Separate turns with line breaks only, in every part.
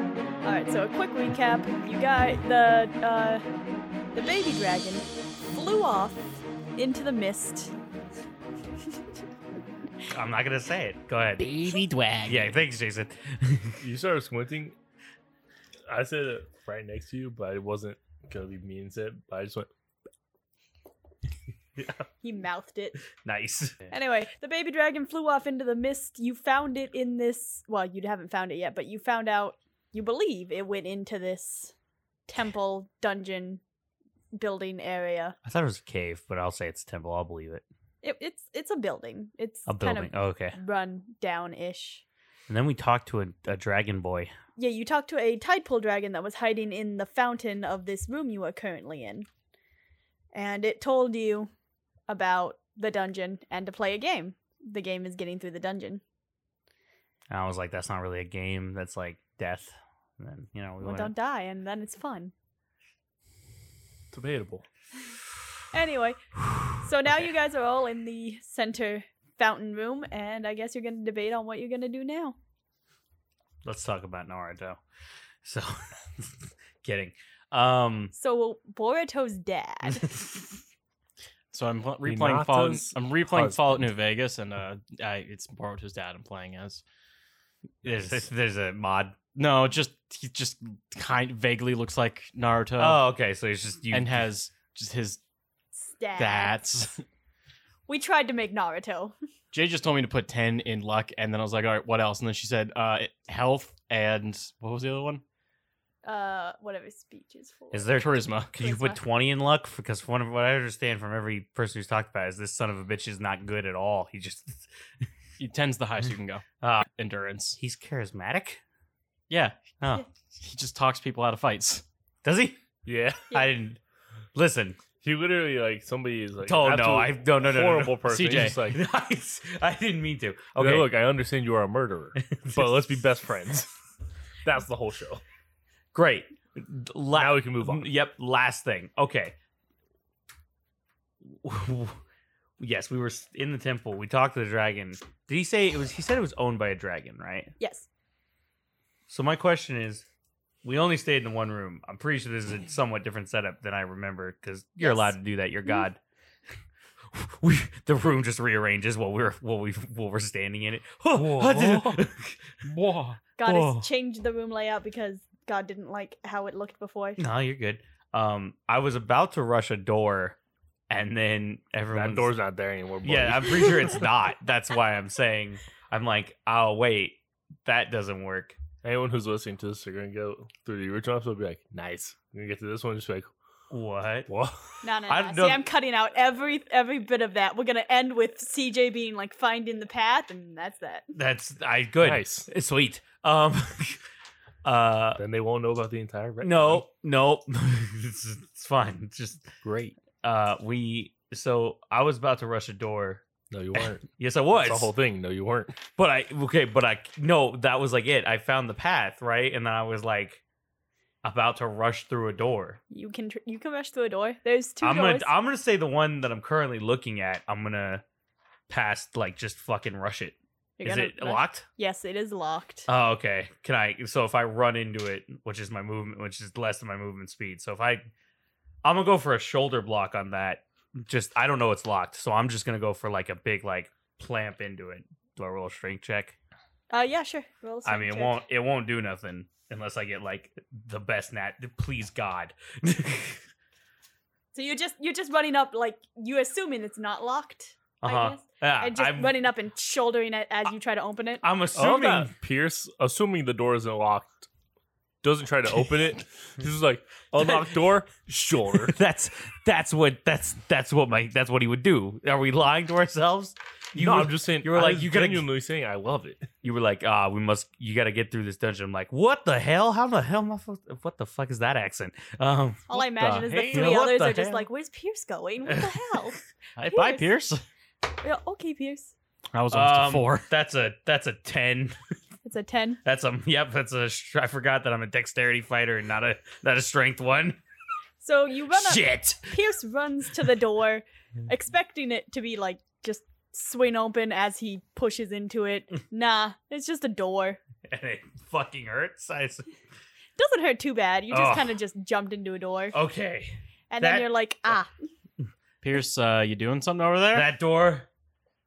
episode, so a quick recap. You got the uh, the baby dragon flew off into the mist.
I'm not gonna say it. Go ahead.
Baby Dwag.
Yeah, thanks, Jason.
You started squinting. I said it right next to you, but I wasn't gonna be mean and said. it, But I just went.
He mouthed it.
nice.
Anyway, the baby dragon flew off into the mist. You found it in this. Well, you haven't found it yet, but you found out. You believe it went into this temple dungeon building area.
I thought it was a cave, but I'll say it's a temple. I'll believe it.
It, it's it's a building. It's
A building.
kind of
oh, okay.
run down ish.
And then we talked to a, a dragon boy.
Yeah, you talked to a tide pool dragon that was hiding in the fountain of this room you are currently in. And it told you about the dungeon and to play a game. The game is getting through the dungeon.
And I was like, that's not really a game. That's like death. And then, you know, we
Well,
went.
don't die, and then it's fun.
Debatable.
Anyway, so now you guys are all in the center fountain room, and I guess you're going to debate on what you're going to do now.
Let's talk about Naruto. So, kidding. Um,
So, Boruto's dad.
So I'm pl- replaying Fallout.
Hinata's
I'm replaying Fallout New
husband.
Vegas, and uh, I, it's Boruto's dad. I'm playing as.
there's
Is
there's a mod.
no, just he just kind vaguely looks like Naruto,
Oh, okay. So it's just you.
Uh, and has just his
Stats.
stats.
We tried to make Naruto.
Jay just told me to put ten in luck, and then I was like, all right, what else? And then she said, uh, health and what was the other one?
Uh, whatever speech is for.
is there
Charisma.
Could you put
Charisma.
twenty in luck? Because from what I understand from every person who's talked about it is this son of a bitch is not good at all. He just
He tens the highest you can go.
Ah.
Uh, Endurance.
he's charismatic.
Yeah,
Oh,
Yeah.
he just talks people out of fights.
does he?
Yeah,
Yeah.
I didn't listen.
he literally like somebody is like.
oh no,
absolute
I no no no no,
horrible
no.
person. He's
CJ.
just like,
Nice. I didn't mean to.
okay,
Okay,
look, I understand you are a murderer, but let's be best friends. That's the whole show.
Great. La-
Now we can move on.
Yep. Last thing. Okay. yes, we were s- in the temple. We talked to the dragon. Did he say it was? He said it was owned by a dragon, right?
Yes.
So my question is, we only stayed in one room. I'm pretty sure this is a somewhat different setup than I remember because you're
Yes.
allowed to do that.
Mm-hmm.
You're God. We, the room just rearranges while we're while we while we're standing in it.
Whoa. Whoa.
God
Whoa.
has changed the room layout because God didn't like how it looked before.
no, you're good. Um, I was about to rush a door, and then everyone
That door's not there anymore. Buddy.
Yeah, I'm pretty sure it's not. That's why I'm saying I'm like, oh wait, that doesn't work.
Anyone who's listening to this, they're gonna go through the original episode, and be like, "Nice." You're gonna get to this one, just be like,
What?
"What?"
No, no,
I
no.
don't-
See, I'm cutting out every every bit of that. We're gonna end with CJ being like finding the path, and that's that.
That's I good.
Nice.
Sweet. Um. uh.
Then they won't know about the entire. retcon.
No. No. it's, it's fine. It's just
great.
uh. We. So I was about to rush a door.
No, you weren't.
Yes, I was.
That's the whole thing. No, you weren't.
But I okay, but I no, that was like it. I found the path, right? And then I was like about to rush through a door.
You can tr- you can rush through a door. There's 2
I'm
doors.
gonna I'm gonna say the one that I'm currently looking at, I'm gonna pass like just fucking rush it.
You're
Is
gonna
it
rush-
locked?
Yes, it is locked.
Oh, okay. Can I so if I run into it, which is my movement which is less than my movement speed. So if I I'm gonna go for a shoulder block on that. Just I don't know it's locked, so I'm just gonna go for like a big like clamp into it. Do I roll a strength check?
Uh, yeah, sure. Roll a
I mean, it
strength check.
won't it won't do nothing unless I get like the best nat. Please God.
So you're just you're just running up like you're assuming it's not locked. I
uh-huh.
guess.
Yeah,
And just Oh,
I'm,
running up and shouldering it as you try to open it.
I'm
I love
assuming.
that Pierce, assuming the door isn't locked, doesn't try to open it. He's just like, unlock door, sure.
that's that's what that's that's what my that's what he would do. Are we lying to ourselves? You
no,
were,
I'm just saying.
you were
I
like,
was
you gotta-
genuinely saying, I love it.
you were like, ah, we must. You got to get through this dungeon. I'm like, what the hell? How the hell am I? Supposed, what the fuck is that accent? Um,
All I imagine is the
hey?
three
What
others
the
are just
hell?
like, "Where's Pierce going? What the hell?"
Hi, bye, Pierce.
Yeah, okay, Pierce.
I was
um, That's a that's a ten.
It's a ten.
That's a yep. That's a. str- I forgot that I'm a dexterity fighter and not a not a strength one.
So you run up.
Shit.
Pierce runs to the door, expecting it to be like just swing open as he
Mm.
pushes into it. Nah, it's just a door.
and it fucking hurts. I, s-
Doesn't hurt too bad. You just
Ugh.
kind of just jumped into a door,
Oh,
Okay.
and
that-
then you're like, ah,
Pierce, uh, you doing something over there?
That door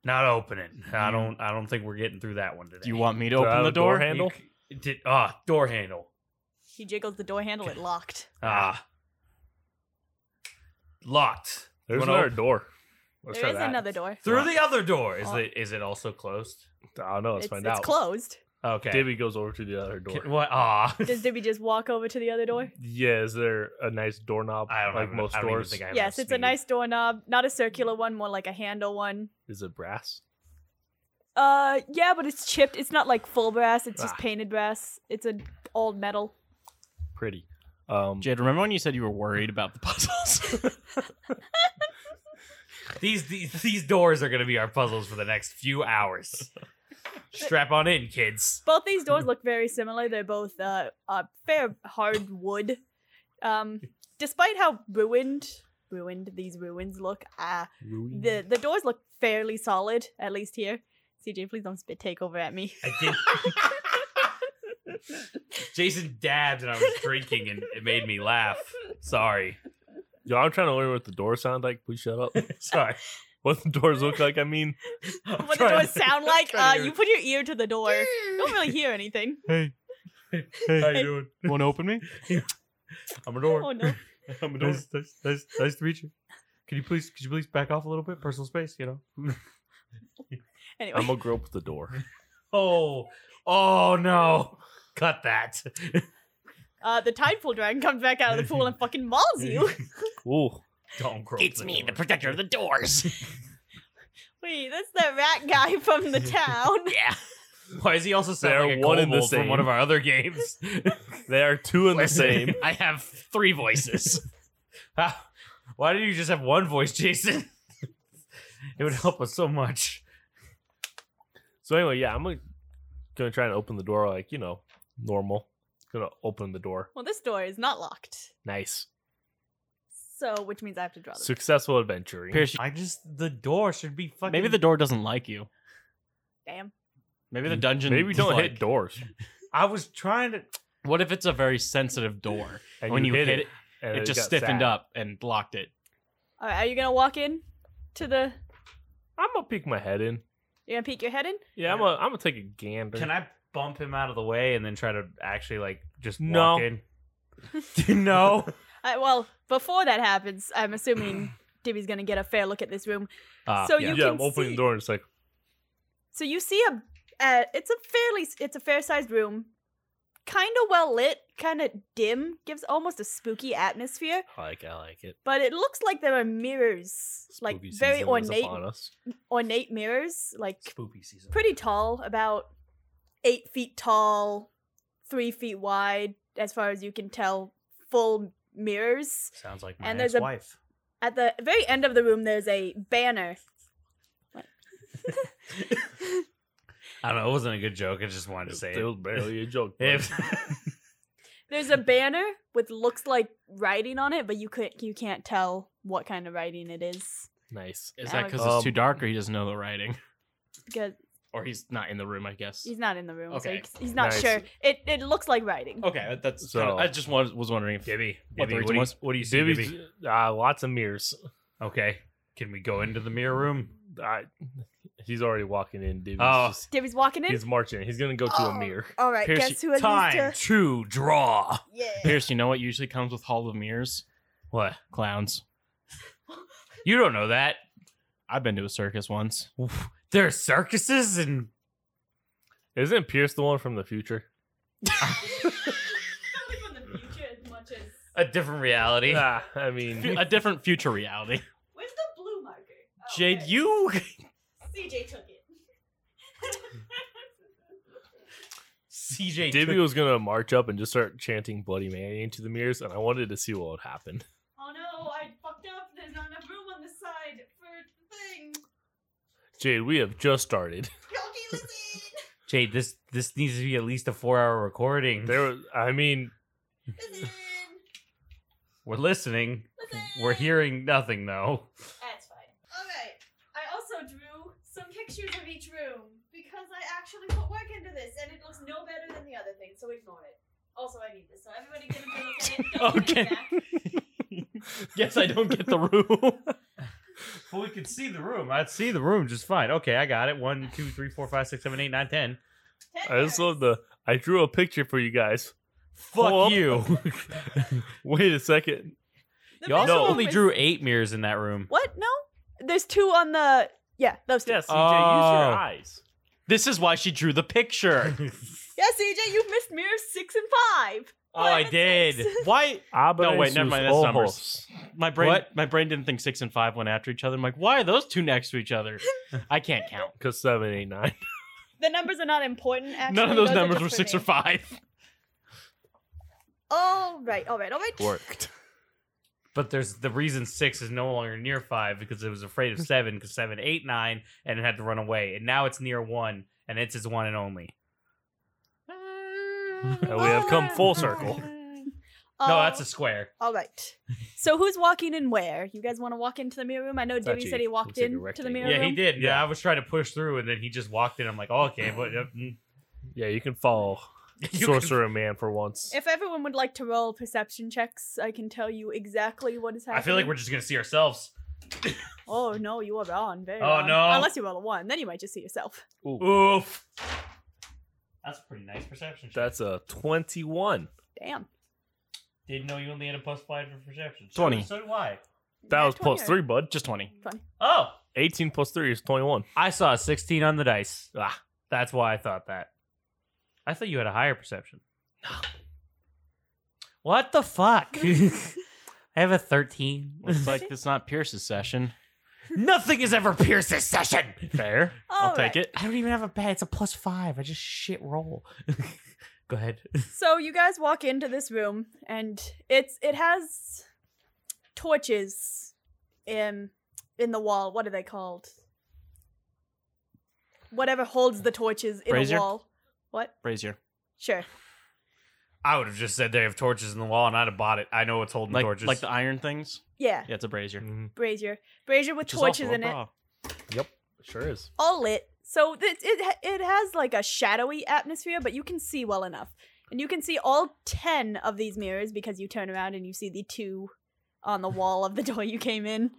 not opening.
Mm-hmm.
I don't I don't think we're getting through that one today.
Do you want me to
Throw out
open the
a door
door?
handle?
You c- it did ah door handle.
he jiggles the door handle. It locked.
Ah. Locked. You
There's
wanna
another
open-
door. Let's
there
try
is
that.
another door.
Through the other door. Is
Oh.
it is it also closed?
I don't know. Let's
It's,
find
it's
out.
closed.
Okay.
Dibby goes over to the other door.
K- What ah
Does Dibby just walk over to the other door?
Yeah, is there a nice doorknob
I don't
like
have-
most
I don't even
doors?
think I have
Yes,
enough
it's a
speed.
nice doorknob, not a circular one, more like a handle one.
Is it brass?
Uh, yeah, but it's chipped. It's not like full brass. It's just
Ah.
painted brass. It's an old metal.
Pretty. Um,
Jade, remember when you said you were worried about the puzzles?
These, these these doors are going to be our puzzles for the next few hours. Strap on in, kids.
Both these doors look very similar. They're both uh, uh fair hard wood. Um, despite how ruined ruined these ruins look, ah, the the doors look fairly solid at least here. CJ, please don't spit take over at me.
I did. Jason dabbed and I was drinking and it made me laugh. Sorry.
Yo, I'm trying to learn what the doors sound like. Please shut up.
Sorry.
what the doors look like, I mean.
I'm
What
trying-
the doors sound like?
trying
Uh,
to
you put your ear to the door. You don't really hear anything.
hey,
How
hey,
you doing?
want to open me?
I'm a door.
Oh no.
I'm a door.
Nice, nice, nice, nice to meet you.
Could you please could you please back off a little bit? Personal space, you know.
Anyway,
Um,
I'm going to grope the door.
oh. Oh no. Cut that.
uh, the tide pool dragon comes back out of the pool and fucking mauls you.
Ooh.
Don't grow.
protector of the doors.
Wait, that's the rat guy from the town.
yeah.
Why is he also
They're
sound like a
one and the
kobold from one
same.
of our other games?
They are two in the same.
I have three voices.
How- Why did you just have one voice, Jason? it would help us so much.
So anyway, yeah, I'm like, gonna try and open the door like, you know, normal. Gonna open the door.
Well, this door is not locked,
Nice.
so which means I have to draw. The
Successful adventuring.
Pierce, you-
I just the door should be fucking.
maybe the door doesn't like you.
Damn.
Maybe the dungeon.
Maybe don't
like-
hit doors.
I was trying to.
What if it's a very sensitive door?
And
when you hit, it,
and
it, just
got
stiffened
sad.
up and blocked it.
All right, are you gonna walk in to the?
I'm gonna peek my head in.
You're gonna peek your head in.
Yeah, I'm
Yeah.
gonna I'm gonna take a gander.
Can I bump him out of the way and then try to actually like just
No.
walk in? no.
All right, well, before that happens, I'm assuming Dibby's gonna get a fair look at this room.
Ah,
so
yeah,
you can
I'm
see.
opening the door and it's like
So you see a. Uh, it's a fairly. It's a fair sized room. Kind of well lit, kind of dim, gives almost a spooky atmosphere.
I like I like it.
But it looks like there are mirrors, like
Spooky
very
season is
ornate,
upon us.
ornate mirrors, like
Spoopy season.
pretty tall, about eight feet tall, three feet wide, as far as you can tell, full mirrors.
Sounds like
my And there's a-
wife.
At the very end of the room, there's a banner.
I don't know. It wasn't a good joke. I just wanted to say
It was
it.
barely a joke. but
If
There's a banner with looks like writing on it, but you could you can't tell what kind of writing it is
nice.
Is
Now
that
I-
because
Um,
it's too dark, or he doesn't know the writing,
because
or he's not in the room? I guess.
he's not in the room, so
Okay. Oh.
he's- he's not
Nice.
sure. It it looks like writing.
Okay, that- that's.
So-
kinda- I just was, was wondering if
Dibby,
What
Dibby, what,
the reason
do you,
was?
what do you see,
Dibby's-
Dibby?
uh, lots of mirrors.
Okay, can we go into the mirror room?
I, he's already walking in. Dibby's
Oh.
just-
Dibby's walking in.
he's marching. He's gonna go to
Oh.
a mirror.
All right,
Pierce,
guess who has
Time
to? uh,
to draw.
Yeah.
Pierce, you know what usually comes with Hall of Mirrors?
What?
Clowns.
You don't know that?
I've been to a circus once.
There are circuses and
Isn't Pierce the one from the future?
a different reality.
ah, I mean,
Uh, a different future reality.
Where's the blue marker? Oh,
Jade, you.
CJ took it.
CJ
Dibby was gonna march up and just start chanting "Bloody Mary" into the mirrors, and I wanted to see what would happen.
oh no, I fucked up. There's not enough room on this side for the thing.
Jade, we have just started.
Okay, listen.
Jade, this this needs to be at least a four hour recording.
There, was, I mean,
Listen.
We're listening.
Listen.
We're hearing nothing though.
That's fine. Alright. I also drew some pictures of each room because I actually put work into this and it looks no better than the other thing, so ignore it.
Also, I need this, so everybody get a good look at it.
Okay. Guess I don't get the room.
Well, we could see the room. I'd see the room just fine. Okay, I got it. One, two, three, four, five, six, seven, eight, nine, ten.
I just love the. I drew a picture for you guys.
Fuck
Pull up.
you.
Wait a second.
you also
No.
only drew eight mirrors in that room.
What? No, there's two on the. Yeah, those two.
Yes, CJ, use
Oh.
your eyes.
This is why she drew the picture.
Yeah, CJ, you missed mirrors six and five.
Oh, I did. Why? No, wait, never mind. That's numbers. My brain,
oh, What?
my brain didn't think six and five went after each other. I'm like, why are those two next to each other? I can't count.
Because seven, eight, nine.
The numbers are not important. Actually,
None of those
are
numbers
just
were
for
six or
names.
five.
All right, all right, all right.
Worked.
But there's the reason six is no longer near five because it was afraid of seven because seven, eight, nine, and it had to run away. And now it's near one, and it's its one and only.
And we have come full circle.
no, that's a square.
All right. So who's walking in where? You guys want to walk into the mirror room? I know Diddy
actually-
said he walked
looks like a
in to the
rectangle.
mirror
Yeah,
room.
he did. Yeah.
Yeah.
I was trying to push through, and then he just walked in. I'm like, oh, okay, but uh, mm.
Yeah, you can follow
You can-
Sorcerer Man for once.
If everyone would like to roll perception checks, I can tell you exactly what is happening.
I feel like we're just gonna see ourselves.
Oh no, you are on. Very.
Oh,
on.
no.
Unless you roll a one, then you might just see yourself.
Oof. That's a pretty nice perception. check.
That's a 21.
Damn.
Didn't know you only had a plus five for perception. So-
20.
So, did I.
That
Yeah,
was plus
20.
three, bud.
Just twenty.
Oh,
18 plus three is 21.
I saw a 16 on the dice.
Ah.
That's why I thought that. I thought you had a higher perception. No. What the fuck? I have a 13.
Looks like it's not Pierce's session.
Nothing is ever pierced this session.
Fair.
All
I'll take
right.
it.
I don't even have a bad. It's a plus five. I just shit roll. Go ahead.
So you guys walk into this room, and it's it has torches in in the wall. What are they called? Whatever holds the torches in
Brazier?
the wall. What?
Brazier.
Sure.
I would have just said they have torches in the wall and I'd have bought it. I know it's holding
Like,
torches.
like the iron things.
Yeah.
Yeah, it's a brazier.
Mm-hmm. Brazier. Brazier with
Which is
torches
also a
in it.
bra.
Sure is.
all lit. So it, it ha- it has like a shadowy atmosphere, but you can see well enough, and you can see all ten of these mirrors because you turn around and you see the two on the wall of the door you came in.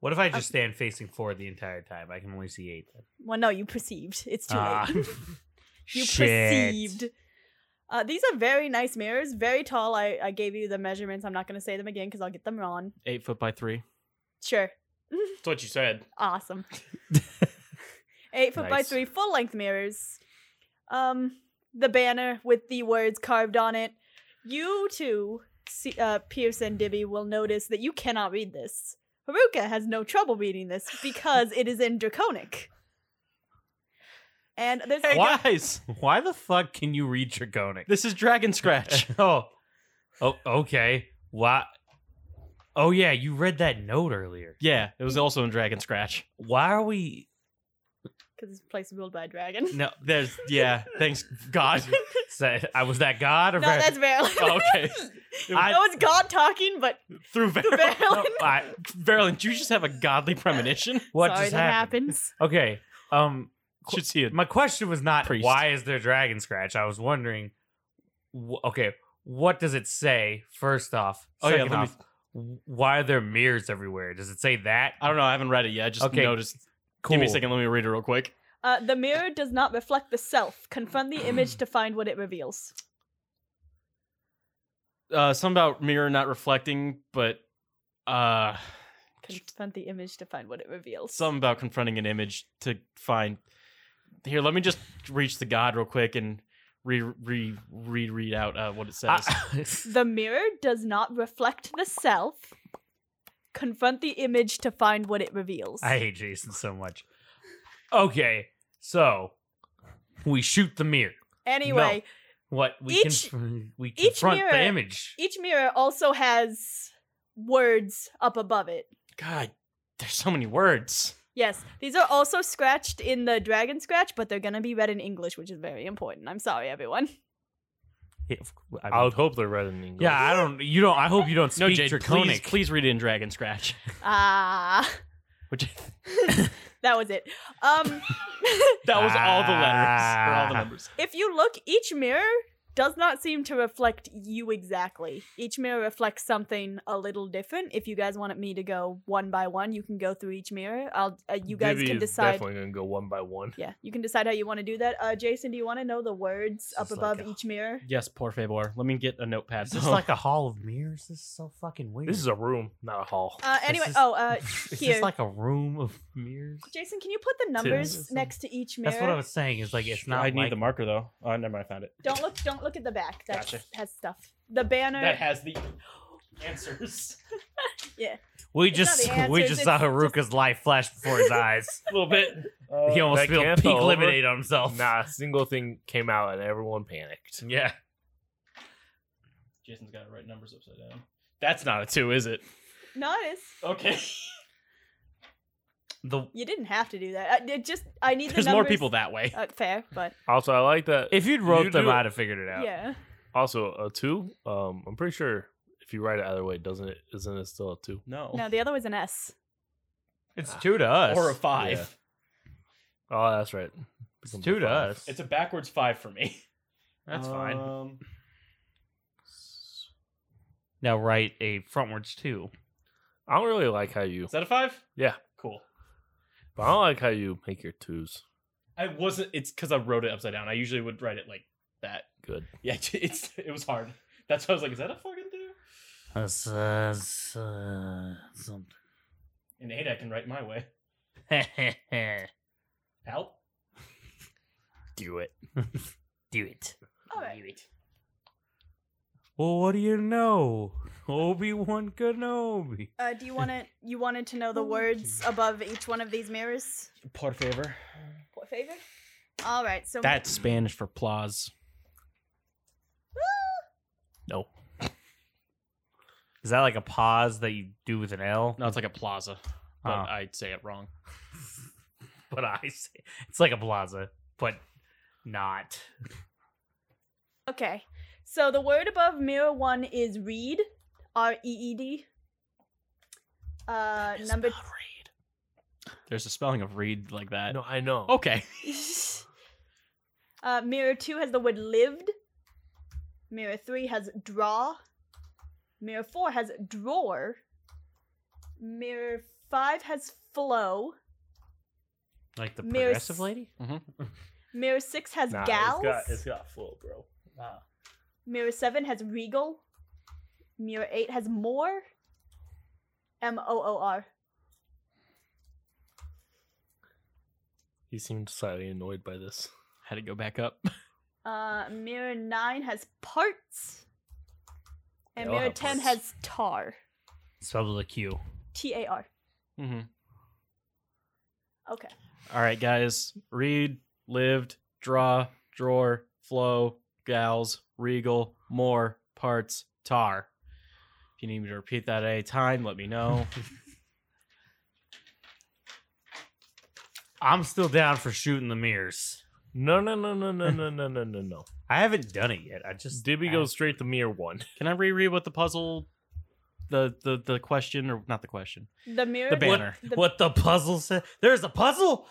what if I just stand facing forward the entire time? I can only see eight.
Well, no, you perceived. It's too
Ah.
late. you
Shit.
perceived. Uh, these are very nice mirrors, very tall. I, I gave you the measurements. I'm not going to say them again because I'll get them wrong.
Eight foot by three.
Sure.
That's what you said.
Awesome. Eight foot by
Nice.
three full length mirrors. Um, the banner with the words carved on it. You two, see, uh, Pierce and Dibby, will notice that you cannot read this. Haruka has no trouble reading this because it is in Draconic. And there's
Hey
Why?
guys,
Why the fuck can you read Draconic?
this is Dragon Scratch.
oh, oh, okay. Why? Oh yeah, you read that note earlier.
yeah, it was also in Dragon Scratch.
Why are we?
because this place is ruled by a dragon.
No, there's yeah. Thanks God.
Sa- I was that God or
No, that's Verlin.
Oh, okay.
I know it's God talking, but
Through Ver-
Verlin.
I-
Verlin, do you just have a godly premonition?
what
Sorry,
just
that
happened?
happens.
Okay. Um,
Should see it.
my question was not
Priest.
why is there dragon scratch. I was wondering. Wh- okay, what does it say? First off,
Oh, yeah,
second
let me-
off, wh- why are there mirrors everywhere? Does it say that?
I don't know. I haven't read it yet. I just
Okay,
noticed.
Cool.
Give me a second. Let me read it real quick.
Uh, the mirror does not reflect the self. Confront the image to find what it reveals.
Uh, something about mirror not reflecting, but uh,
Confront the image to find what it reveals.
something about confronting an image to find. Here, let me just reach the god real quick and re re read read out uh, what it says.
I-
The mirror does not reflect the self. Confront the image to find what it reveals.
I hate Jason so much. Okay, so we shoot the mirror.
anyway,
What we
Each-
conf- we
each
confront the
mirror-
image.
each mirror also has words up above it.
God, there's so many words.
Yes, these are also scratched in the dragon scratch, but they're gonna be read in English, which is very important. I'm sorry, everyone.
Yeah, of cou- I mean-
I would hope they're read in English.
yeah, I don't. You don't. I hope you don't
No,
speak
Jade, please,
draconic.
please read it in Dragon Scratch.
Ah,
Which
that was it. Um.
Ah. that was all the letters or all the numbers.
If you look, each mirror does not seem to reflect you exactly. Each mirror reflects something a little different. If you guys wanted me to go one by one, you can go through each mirror. I'll uh, you guys
Divvy
can
is
decide.
Definitely gonna go one by one.
Yeah, you can decide how you want to do that. Uh, Jason, do you want to know the words
This
up
is like
above
a-
each mirror?
Yes, por favor. Let me get a notepad.
Is this
though.
like a hall of mirrors? This is so fucking weird.
This is a room, not a hall.
Uh, anyway,
is-
oh, uh,
is
here.
this like a room of mirrors?
Jason, can you put the numbers
Two.
next to each mirror?
That's what I was saying. Is like it's
Sure,
not.
I need
like,
the marker though. Oh, never mind. I found it.
Don't look. Don't look at the back. That
Gotcha.
has stuff. The banner.
That has the answers.
We
It's
just
not the
we
answers,
just saw
it's
Haruka's life flash before his eyes.
a little bit. Uh,
he almost
that
spilled
can't
peak
go
lemonade on
Not
himself.
Nah, a single thing came out and everyone panicked.
Yeah.
Jason's got to write numbers upside down. That's not a two, is it?
no, it is.
Okay.
The
You didn't have to do that. I, it just I need
There's
the
more
numbers.
people that way.
Uh, fair, but
Also, I like that.
if you'd wrote
You
them,
do-
I'd have figured it out.
yeah.
Also, a two. Um, I'm pretty sure if you write it either way, doesn't it? Isn't it still a two?
No.
No, the other was an S.
It's two to us.
or a five.
Yeah. Oh, that's right.
It's two to
Five.
us.
It's a backwards five for me.
That's fine.
Um,
Now write a frontwards two.
I don't really like how you.
Is that a five?
Yeah.
Cool.
But I don't like how you make your twos
I wasn't. It's because I wrote it upside down. I usually would write it like that.
good.
Yeah. It's it was hard. That's why I was like, is that a fucking two?
That's, uh, s- uh, something.
An eight I can write my way. Help.
Do it. Do it.
All right.
Well, what do you know? Obi Wan Kenobi.
Uh, do you want to? You wanted to know the words above each one of these mirrors?
Por favor.
What favor? All right. So
That's Spanish for plaus.
No.
Is that like a pause that you do with an L?
No, it's like a plaza, but
Oh.
I'd say it wrong.
but I say it's like a plaza, but not.
okay. So the word above mirror one is read, R E E D. Uh, number.
There's a spelling of read like that.
No, I know.
Oh,
Okay.
uh, mirror two has the word lived. Mirror three has draw. Mirror four has drawer. Mirror five has flow.
Like the
Mirror
progressive
s-
lady?
Mm-hmm.
Mirror six has
Nah,
gals.
It's got, it's got full, bro.
Mirror 7 has Regal. Mirror 8 has More. M O O R.
He seemed slightly annoyed by this.
Had to go back up.
Uh, mirror 9 has Parts. And
They all
Mirror
have
10
parts.
has Tar.
Spelled with a Q.
T A R.
Mm-hmm.
Okay.
All right, guys. Read, lived, draw, drawer, flow, gals, regal, more, parts, tar. If you need me to repeat that at any time, let me know.
I'm still down for shooting the mirrors.
No, no, no, no, no, no, no, no, no, no.
I haven't done it yet. I just
Dibby
I-
goes straight to mirror one.
Can I reread what the puzzle, the the the question or not the question?
The mirror.
The banner.
the-
what the puzzle said. There's a puzzle.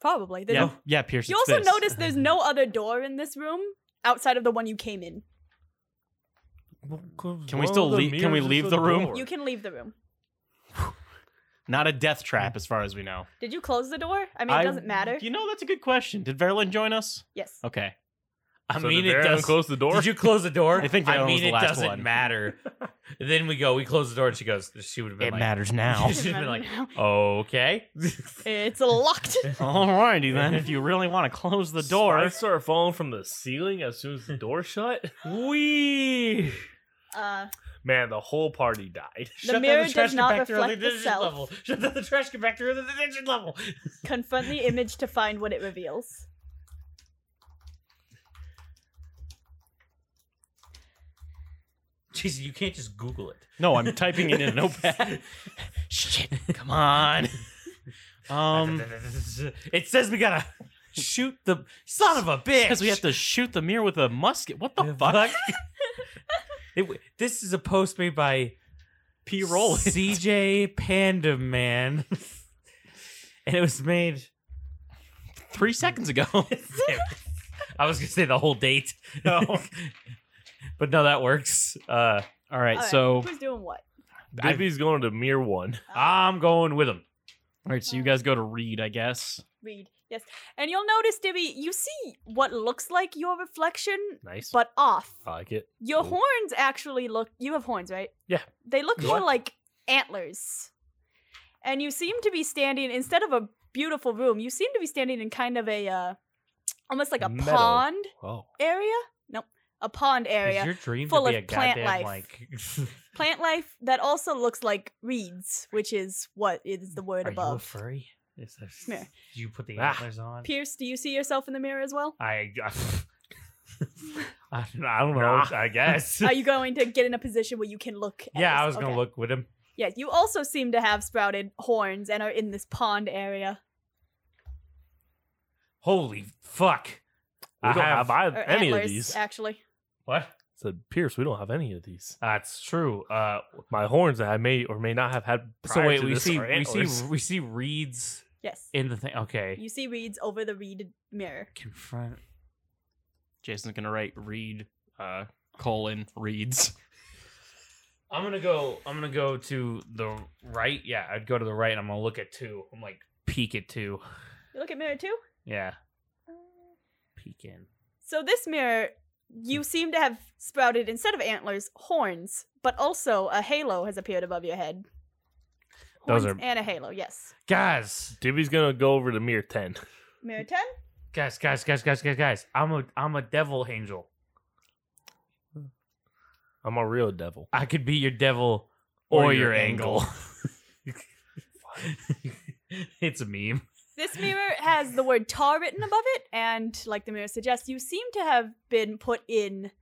Probably. There's
yeah,
no-
yeah, Pierce.
you
it's
also
this.
notice there's no other door in this room outside of the one you came in.
Can
Can we still leave- can we leave the room?
You can leave the room.
not a death trap as far as we know.
Did you close the door? I mean, it doesn't matter.
You know, that's a good question. Did Verlin join us?
yes.
Okay.
I mean, it does.
Close the door.
Did you close the door?
I think that
I
one
mean,
was the
it
last
doesn't
one.
matter. then we go. We close the door, and she goes. She would have been
It
like,
matters now.
Doesn't
She'd
matter
been like-
now.
"Okay."
It's locked.
Alrighty then. If you really want to close the door,
Spikes start falling from the ceiling as soon as the door shut.
we.
Uh,
Man, the whole party died.
The mirror does not reflect the
the digit
self.
level. Shut down the trash compactor at the detention level.
confront the image to find what it reveals.
Jason, you can't just Google it.
No, I'm typing it in a notepad. Shit, come on. Um,
it says we gotta shoot the son of a bitch.
because we have to shoot the mirror with a musket. What the fuck?
It- this is a post made by
P roll.
CJ Panda Man, and it was made.
Three seconds ago.
I was gonna say the whole date. No. but no, that works. Uh,
All right,
All right,
so
who's doing what? Uh,
Viv-
Ivy's going to mere one.
I'm going with him.
all right, so you guys go to read, I guess.
Read. Yes. And you'll notice, Dibby, you see what looks like your reflection,
Nice.
but off.
I like it.
Your
Mm.
Ooh.
horns actually look. You have horns, right?
Yeah.
They look
Yeah.
more like antlers. And you seem to be standing, instead of a beautiful room, you seem to be standing in kind of a, uh, almost like a
Meadow.
pond
Oh.
area? Nope. A pond area.
Is your dream
full
to be
of
a
plant
goddamn
life.
like?
Plant life that also looks like reeds, which is what is the word
Are you a
above.
furry? Is this,
Come here.
do you put the
Ah.
antlers on?
Pierce, do you see yourself in the mirror as well?
I. I I don't know. I don't know.
Nah.
I guess.
Are you going to get in a position where you can look? at
yeah, I
yourself?
was gonna
Okay.
look with him.
Yeah, you also seem to have sprouted horns and are in this pond area.
Holy fuck!
We
I
don't
have-
have,
Or
ei- any
antlers,
of these.
actually.
What?
Said Pierce, we don't have any of these.
That's true. Uh,
My horns that I may or may not have had.
so
Prior
wait,
to
we
this
see
are
we
antlers.
see we see reeds
Yes.
in the thing. Okay,
You see reeds over the reed mirror.
confront.
Jason's gonna write read, uh, colon reads.
I'm gonna go. I'm gonna go to the right. Yeah, I'd go to the right. and I'm gonna look at two. I'm like peek at two.
You look at mirror two.
Yeah, peek in.
So this mirror,
Hmm.
you seem to have sprouted instead of antlers, horns, but also a halo has appeared above your head.
Those
Horns
are-
and a halo. Yes.
Guys,
Dibby's gonna go over to mere ten. Hmm.
Mirror ten.
guys, guys, guys, guys, guys, guys. I'm a I'm a devil angel.
I'm a real devil.
I could be your devil or,
Or
your,
your
angle. it's a meme.
This mirror has the word tar written above it, and like the mirror suggests, you seem to have been put in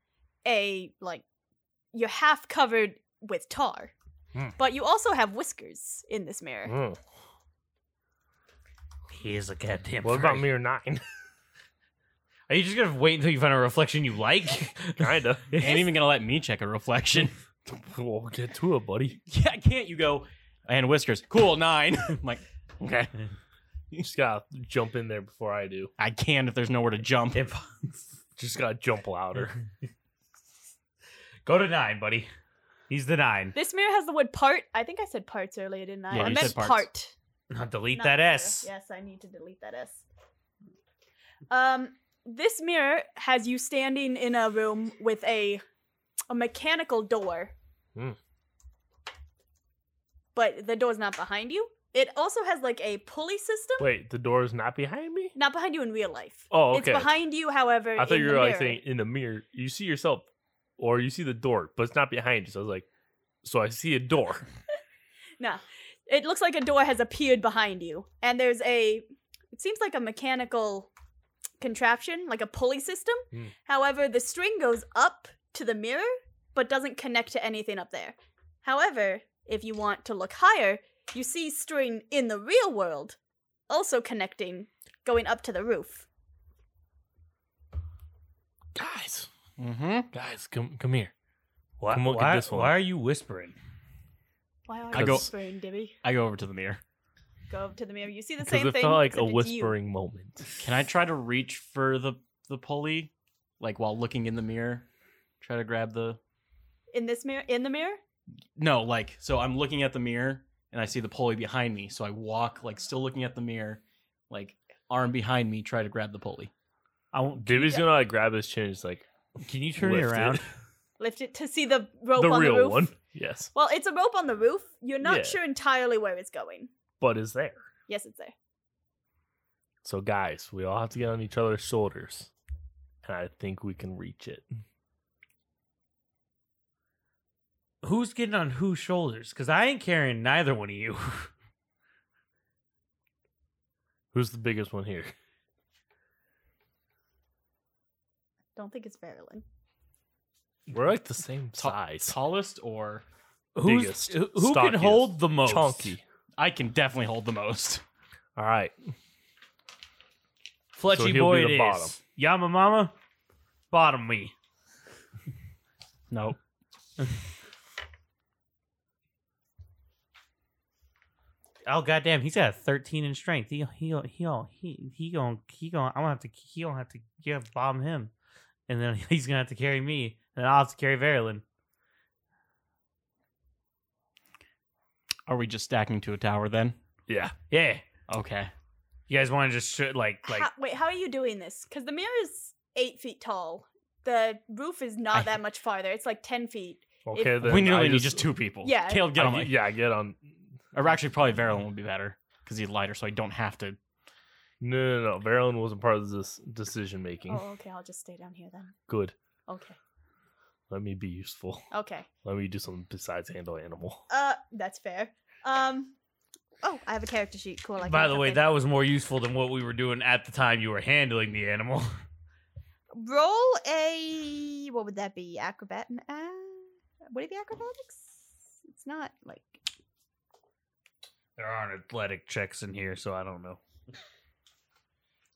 a like you're half covered with tar.
Mm.
But you also have whiskers in this mirror.
Mm.
He is a goddamn.
What about
furry.
mere nine?
Are you just gonna wait until you find a reflection you like?
Kinda.
Ain't even gonna let me check a reflection.
we'll get to it, buddy.
yeah, can't you go? And whiskers. Cool, nine. I'm like, okay,
You just gotta jump in there before I do.
I can if there's nowhere to jump.
If-
Just gotta jump louder.
Go to nine, buddy. He's the nine.
This mirror has the word part. I think I said parts earlier, didn't I?
Yeah,
I
you
meant
said parts.
part.
Now delete
not
that
mirror.
S.
Yes, I need to delete that S. Um, this mirror has you standing in a room with a a mechanical door.
Hmm.
But the door's not behind you. It also has like a pulley system.
Wait, the door is not behind me?
Not behind you in real life.
Oh,
It's
okay.
behind you, however.
I thought
in
you
the
were
mirror.
like saying in the mirror, you see yourself or you see the door, but it's not behind you. So I was like, so I see a door.
No. It looks like a door has appeared behind you. And there's a it seems like a mechanical contraption, like a pulley system.
Hmm.
However, the string goes up to the mirror but doesn't connect to anything up there. However, if you want to look higher, you see string in the real world also connecting going up to the roof.
Guys,
Mm-hmm.
guys, come come here.
Why,
Come look at
why-
this one.
why are you whispering?
Why are
I
you
go-
whispering, Dibby?
I go over to the mirror.
Go up to the mirror. You see the
Because
same
it
thing.
felt like a
except it's you.
whispering moment.
Can I try to reach for the the pulley, like while looking in the mirror? Try to grab the
in this mirror in the mirror?
no, like so I'm looking at the mirror and I see the pulley behind me, so I walk like still looking at the mirror, like arm behind me, try to grab the pulley.
I won't,
Dibby's gonna like grab his chin and just like
can you turn it
lift
around?
Lift it to see the rope
the
on
real
the roof.
one. Yes.
Well, it's a rope on the roof. You're not
Yeah.
sure entirely where it's going.
But is there.
Yes, it's there.
So guys, we all have to get on each other's shoulders. And I think we can reach it.
Who's getting on whose shoulders? Because I ain't carrying neither one of you.
Who's the biggest one here?
Don't think it's Verilyn.
We're like the same
Ta-
size.
Tallest or
Who's,
Biggest,
who who can
stockiest,
hold the most?
Chunky.
I can definitely hold the most.
All right.
Fletchy
So he'll be
boy
the
it
bottom.
is. Yama mama, bottom me.
Nope.
Oh goddamn, he's got a thirteen in strength. He he he he he gonna he gonna I'm gonna have to he gonna have to give bomb him, and then he's gonna have to carry me, and I'll have to carry Verilyn.
Are we just stacking to a tower then?
Yeah.
Yeah,
Okay.
you guys want to just sh- like like
How- wait, how are you doing this? Because the mirror is eight feet tall. The roof is not
I-
that much farther. It's like ten feet.
Okay. then
we nearly
I
need just two people.
Yeah.
Caleb, get
I-
on my.
yeah, get on.
Or actually, probably Verilyn would be better because he's lighter, so I don't have to.
No, no, no. Verilyn wasn't part of this decision making.
Oh, okay. I'll just stay down here then.
Good.
Okay.
Let me be useful.
Okay.
Let me do something besides handle animal.
Uh, that's fair. Um, oh, I have a character sheet. Cool. I can
By
look
the
up
way,
in-
that was more useful than what we were doing at the time you were handling the animal.
roll a what would that be? Acrobat? Uh, would it be acrobatics? It's not like
There aren't athletic checks in here, so I don't know.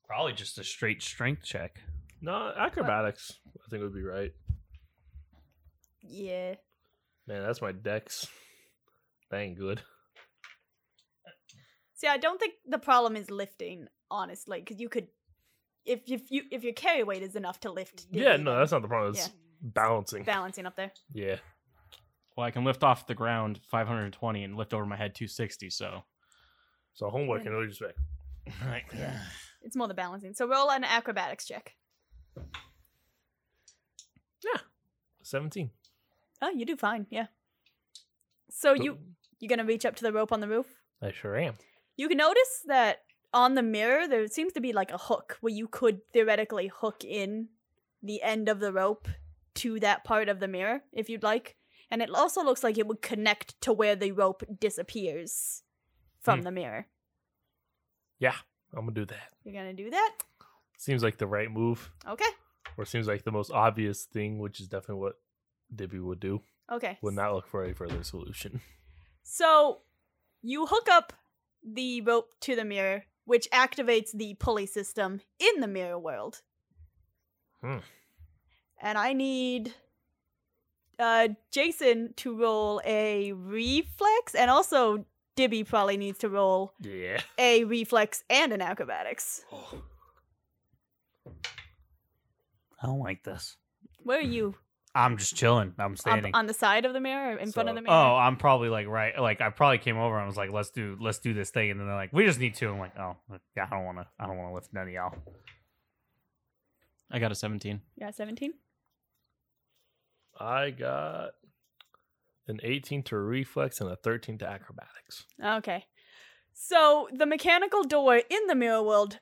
Probably just a straight strength check.
No, acrobatics. I think would be right.
yeah.
Man, that's my dex. That ain't good.
See, I don't think the problem is lifting, honestly, because you could, if if you if your carry weight is enough to lift. the
Yeah, no, that's not the problem. It's
Yeah.
balancing.
balancing up there.
yeah.
Well, I can lift off the ground 520 and lift over my head 260. So.
So homework in other respect.
Right.
It's more the balancing. So roll an acrobatics check.
Seventeen.
Oh, you do fine. Yeah. So you you gonna reach up to the rope on the roof?
I sure am.
You can notice that on the mirror there seems to be like a hook where you could theoretically hook in the end of the rope to that part of the mirror if you'd like. And it also looks like it would connect to where the rope disappears from
Hmm.
the mirror.
I'm gonna do that.
You're gonna do that?
Seems like the right move,
Okay.
or seems like the most obvious thing, which is definitely what Dibby would do.
Okay.
Would not look for any further solution.
So you hook up the rope to the mirror, which activates the pulley system in the mirror world.
Hmm.
And I need uh, Jason to roll a reflex, and also Dibby probably needs to roll
Yeah.
a reflex and an acrobatics.
I don't like this.
Where are you?
I'm just chilling. I'm
Up
standing.
on the side of the mirror, or in front of
So-
the mirror?
Oh, I'm probably like right. Like I probably came over and was like, "Let's do, let's do this thing," and then they're like, "We just need to." I'm like, "Oh, yeah, I don't want to. I don't want to lift none of y'all."
I got a 17.
yeah, seventeen.
I got an 18 to reflex and a 13 to acrobatics.
Okay. So the mechanical door in the mirror world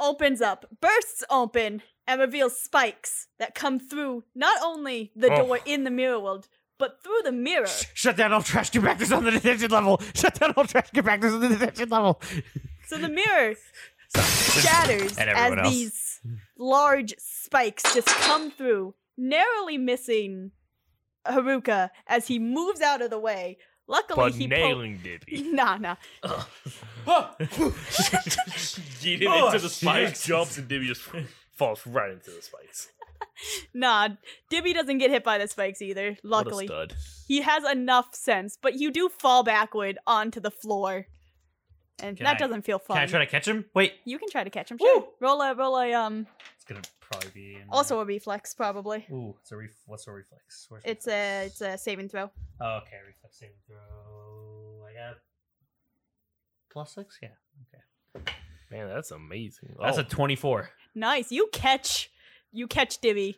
opens up, bursts open, and reveals spikes that come through not only the
Oh.
door in the mirror world, but through the mirror.
Sh- shut down all trash compactors on the detention level. Shut down all trash compactors on the detention level.
So the mirror shatters
And
as
everyone else.
these large spikes just come through, narrowly missing Haruka as he moves out of the way. Luckily,
But
he pulled.
nailing Dibby.
Nah, nah.
Yeet him
Oh,
into the spikes,
shit.
jumps, and Dibby just falls right into the spikes.
Nah. Dibby doesn't get hit by the spikes either, luckily.
What a stud.
he has enough sense, but you do fall backward onto the floor, and
Can
that
I-
doesn't feel fun.
Can I try to catch him? Wait,
you can try to catch him. Sure.
Woo!
Roll a roll a um.
it's gonna probably be in,
Also a reflex, probably.
Ooh, it's a ref- what's a reflex? Where's
It's a
reflex?
it's a saving throw.
Oh, okay, reflex saving throw. I got plus six. Yeah,
Man, that's amazing.
that's
Oh,
a twenty-four.
Nice. You catch. You catch Dibby.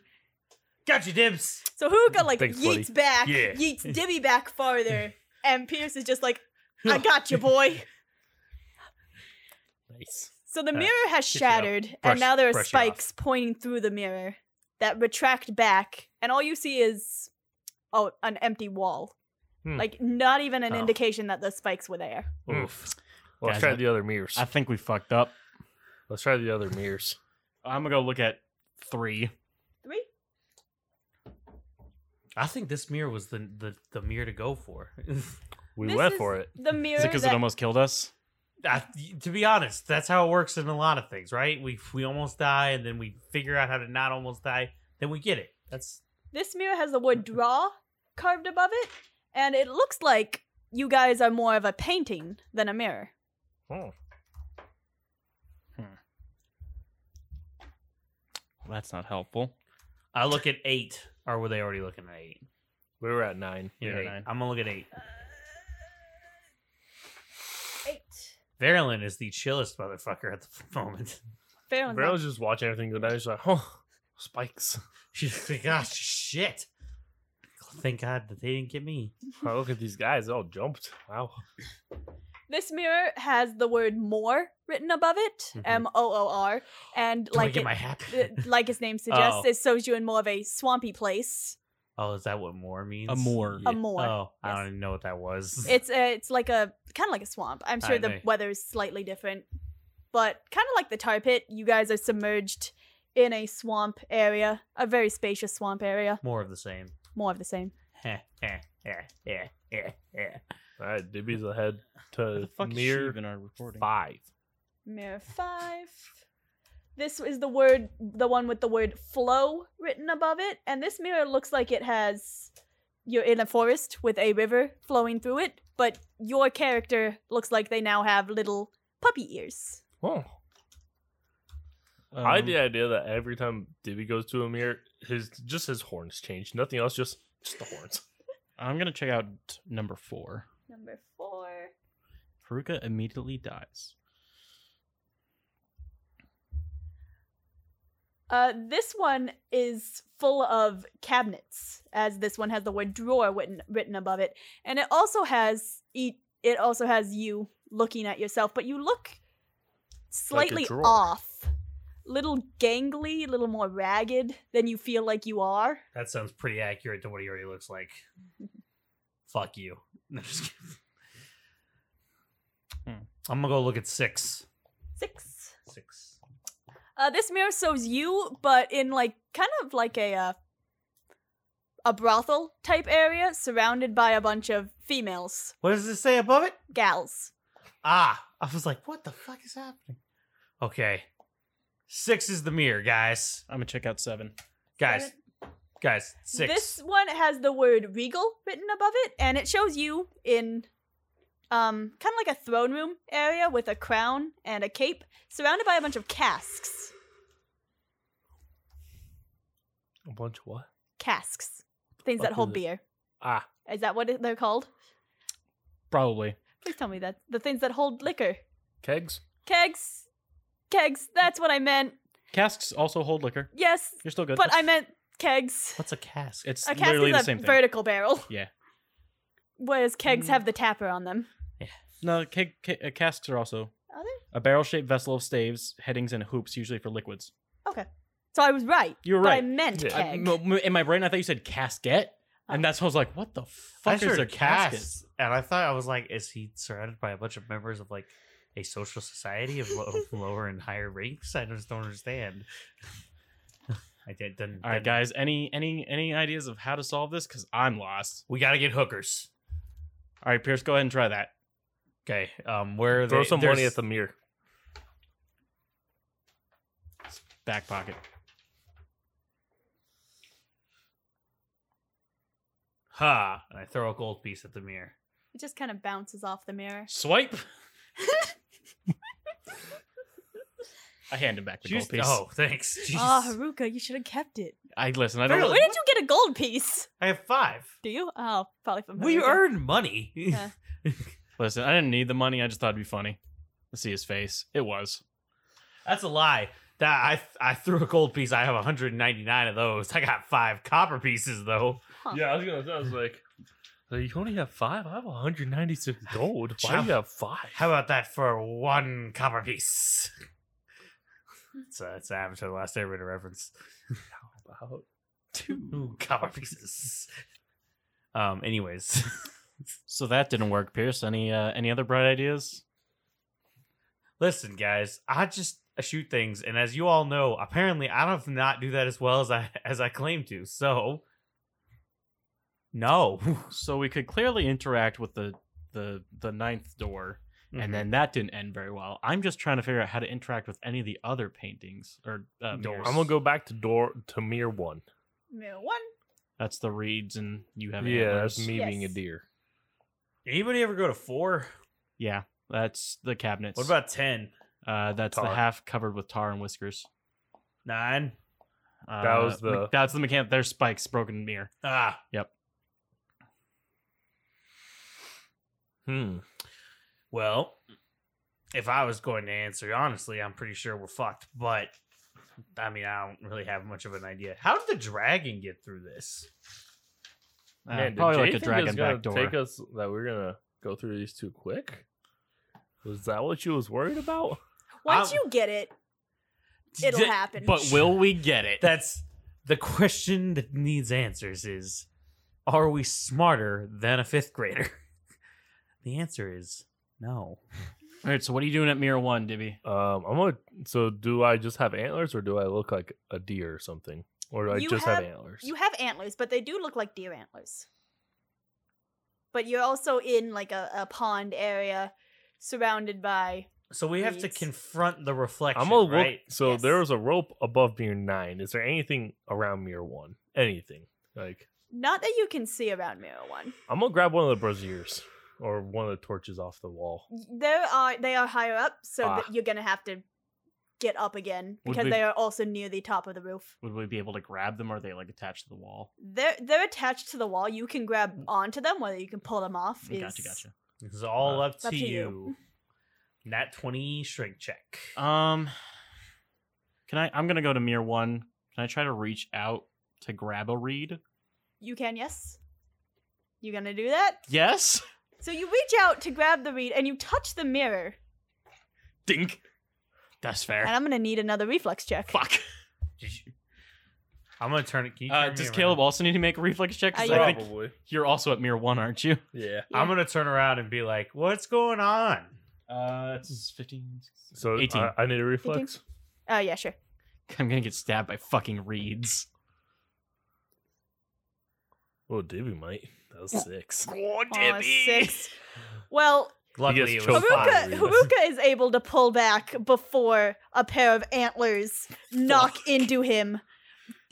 Got you, dibs.
So Huruka like
Thanks, buddy.
yeets back,
Yeah.
yeets Dibby back farther, and Pierce is just like, "I got you, boy."
nice.
So the
Uh,
mirror has
get you off.
shattered,
Brush-
and now there are
brush it off.
spikes pointing through the mirror that retract back, and all you see is oh, an empty wall.
Hmm.
Like not even an
Oh.
indication that the spikes were there.
Oof. Well, let's
Guys,
try
I-
the other mirrors.
I think we fucked up.
Let's try the other mirrors.
I'm going to go look at three.
Three.
I think this mirror was the the, the mirror to go for.
We
This
went
is
for it.
The mirror.
Is it because
that-
it almost killed us?
I, to be honest, that's how it works in a lot of things, right? We we almost die, and then we figure out how to not almost die. Then we get it. That's
this mirror has the word "draw" carved above it, and it looks like you guys are more of a painting than a mirror.
Oh.
Well, that's not helpful.
I look at eight, or were they already looking at eight?
We were at nine.
You're
Yeah,
at eight.
nine.
I'm gonna look at eight.
Eight.
Verilyn is the chillest motherfucker at the moment.
Fair
Brown
enough.
was just watching everything go down. He's like, oh, spikes.
She's like, gosh, shit. Thank God that they didn't get me.
Oh, look at these guys. They all jumped. Wow.
This mirror has the word more written above it,
Mhm.
M O O R, and
Do I
like
get
it,
my hat?
it- uh, like its name suggests,
Oh.
it shows you in more of a swampy place.
oh, is that what more means?
A moor.
A moor,
Oh, I
yes.
don't even know what that was.
It's a, it's like a kind of like a swamp. I'm sure
I
the
know.
weather is slightly different, but kind of like the tar pit, you guys are submerged in a swamp area, a very spacious swamp area.
more of the same.
More of the same.
Heh, heh, heh, heh, heh, heh.
All right, Dibby's ahead
Where the
to
fuck is she
near
even our recording?
five.
Mirror five. This is the word, the one with the word flow written above it. And this mirror looks like it has, you're in a forest with a river flowing through it, but your character looks like they now have little puppy ears.
Oh.
Um,
I had the idea that every time Dibby goes to a mirror, his just his horns change. Nothing else, just just the horns.
I'm gonna check out number four.
Number four.
Haruka immediately dies.
Uh, this one is full of cabinets, as this one has the word drawer written, written above it, and it also has e- it also has you looking at yourself, but you look slightly
drawer.
off, little gangly, little more ragged than you feel like you are.
That sounds pretty accurate to what he already looks like. Fuck you. No, just kidding.
Hmm.
I'm gonna go look at six.
Six.
Six.
Uh, this mirror shows you, but in like kind of like a uh, a brothel type area, surrounded by a bunch of females,
What does it say above it?
gals.
Ah, I was like, what the fuck is happening? Okay. Six is the mirror, guys.
I'm gonna check out seven.
Guys. Guys, six.
This one has the word regal written above it, and it shows you in um kind of like a throne room area with a crown and a cape, surrounded by a bunch of casks.
A bunch of what?
Casks. Things
Fuck
that hold
is it?
beer.
Ah,
Is that what it- they're called?
Probably.
Please tell me that. The things that hold liquor.
kegs.
Kegs. Kegs. That's what I meant.
Casks also hold liquor.
Yes,
You're still good.
but I meant kegs.
What's a cask?
it's
A cask
literally the
is a
same thing.
vertical barrel.
Yeah.
Whereas kegs have the tapper on them.
No, ca- ca- uh, casks are also
Are they?
a barrel-shaped vessel of staves, headings, and hoops, usually for liquids.
So I was right.
You were
but I
right.
meant
Yeah,
I-
keg. Uh,
m- m- in my brain, I thought you said casket, and that's why I was like, "What the
I
fuck
just
is
heard
a casket?"
casks, And I thought I was like, is he surrounded by a bunch of members of like a social society of, lo- of lower and higher ranks? I just don't understand. I did, didn't.
All right,
didn't-
guys. Any any any ideas of how to solve this? Because I'm lost.
We gotta get hookers.
All right, Pierce, go ahead and try that.
Okay. Um, where are
Throw
they?
some money
there's-
at the mirror.
Back pocket.
Ha! And I throw a gold piece at the mirror.
It just kind of bounces off the mirror.
Swipe. I hand him back the gold
Jeez-
piece.
Oh, thanks. Jeez.
Ah, Haruka, you should have kept it.
I listen. I
Fair
don't.
Where did you get a gold piece?
I have five.
Do you? Oh, probably from
We
Haruka.
earn money.
Yeah.
Listen, I didn't need the money. I just thought it'd be funny to see his face. It was.
That's a lie. That I I threw a gold piece. I have 199 of those. I got five copper pieces though.
Huh.
Yeah, I was gonna. I was like, you only have five. I have 196 gold. Why do you have five?
How about that for one copper piece? it's uh, it's an Avatar: The Last Airbender reference.
How about
Two copper pieces. Um. Anyways,
So that didn't work, Pierce. Any uh, any other bright ideas?
listen, guys. I just shoot things, and as you all know, apparently I don't not do that as well as I as I claim to. So, no.
So we could clearly interact with the the the ninth door, and then that didn't end very well. I'm just trying to figure out how to interact with any of the other paintings or uh,
Doors.
mirrors.
I'm gonna go back to door to mirror one.
Mirror one.
That's the reeds, and you have
yeah, that's
antlers.
me being a
Yes.
deer.
Anybody ever go to four?
Yeah, that's the cabinets.
What about ten?
Uh, that's the
Tar.
half covered with tar and whiskers.
Nine?
Uh,
was
me-
the-
That's the mechanic. There's spikes, broken mirror.
Ah,
Hmm.
well, if I was going to answer, honestly, I'm pretty sure we're fucked. But I mean, I don't really have much of an idea. How did the dragon get through this?
Uh,
Man, did
probably
Jay
like a
think it
dragon
was gonna
back door.
Take us that we're gonna go through these too quick. Was that what you was worried about?
Once
Um,
you get it, it'll
Th-
happen.
But will we get it?
That's the question that needs answers is are we smarter than a fifth grader? the answer is no.
All right. So what are you doing at mirror one, Dibby?
Um, I'm gonna. So, do I just have antlers, or do I look like a deer or something, or do I
You
just have,
have-
antlers?
you have antlers, but they do look like deer antlers. But you're also in like a, a pond area surrounded by
So we have to
Reeds.
confront the reflection,
I'm gonna look.
right?
So
Yes.
there was a rope above mirror nine. Is there anything around mirror one? Anything like
not that you can see around Mirror One.
I'm gonna grab one of the braziers or one of the torches off the wall.
There are they are higher up, so
Ah.
that you're gonna have to get up again
Would
because
we-
they are also near the top of the roof.
Would we be able to grab them? Or are they like attached to the wall?
They're they're attached to the wall. You can grab onto them, whether you can pull them off. Is...
Mm. Gotcha, gotcha.
It's all
Uh,
up to,
up to
you. Nat 20 shrink check.
Um, can I? I'm gonna go to mirror one. Can I try to reach out to grab a reed?
You can, yes. You gonna do that?
Yes.
So you reach out to grab the reed and you touch the mirror.
Dink. That's
And
fair.
I'm gonna need another reflex check.
Fuck.
Did you- I'm going to turn it. Can you
Uh,
turn me
does
around?
Caleb also need to make a reflex check? 'Cause
Uh,
I
yeah.
think you're also at mirror one, aren't you?
Yeah.
I'm going to turn around and be like, what's going on?
Uh, it's 15.
So
18.
I, I need a reflex.
Oh yeah, sure.
I'm gonna get stabbed by fucking reeds.
Oh, Davy might. That was six.
Oh,
Aw, six. Well,
Luckily,
He gets
it was
choked up.
fine.
Haruka,
Fine.
Haruka is able to pull back before a pair of antlers knock into him.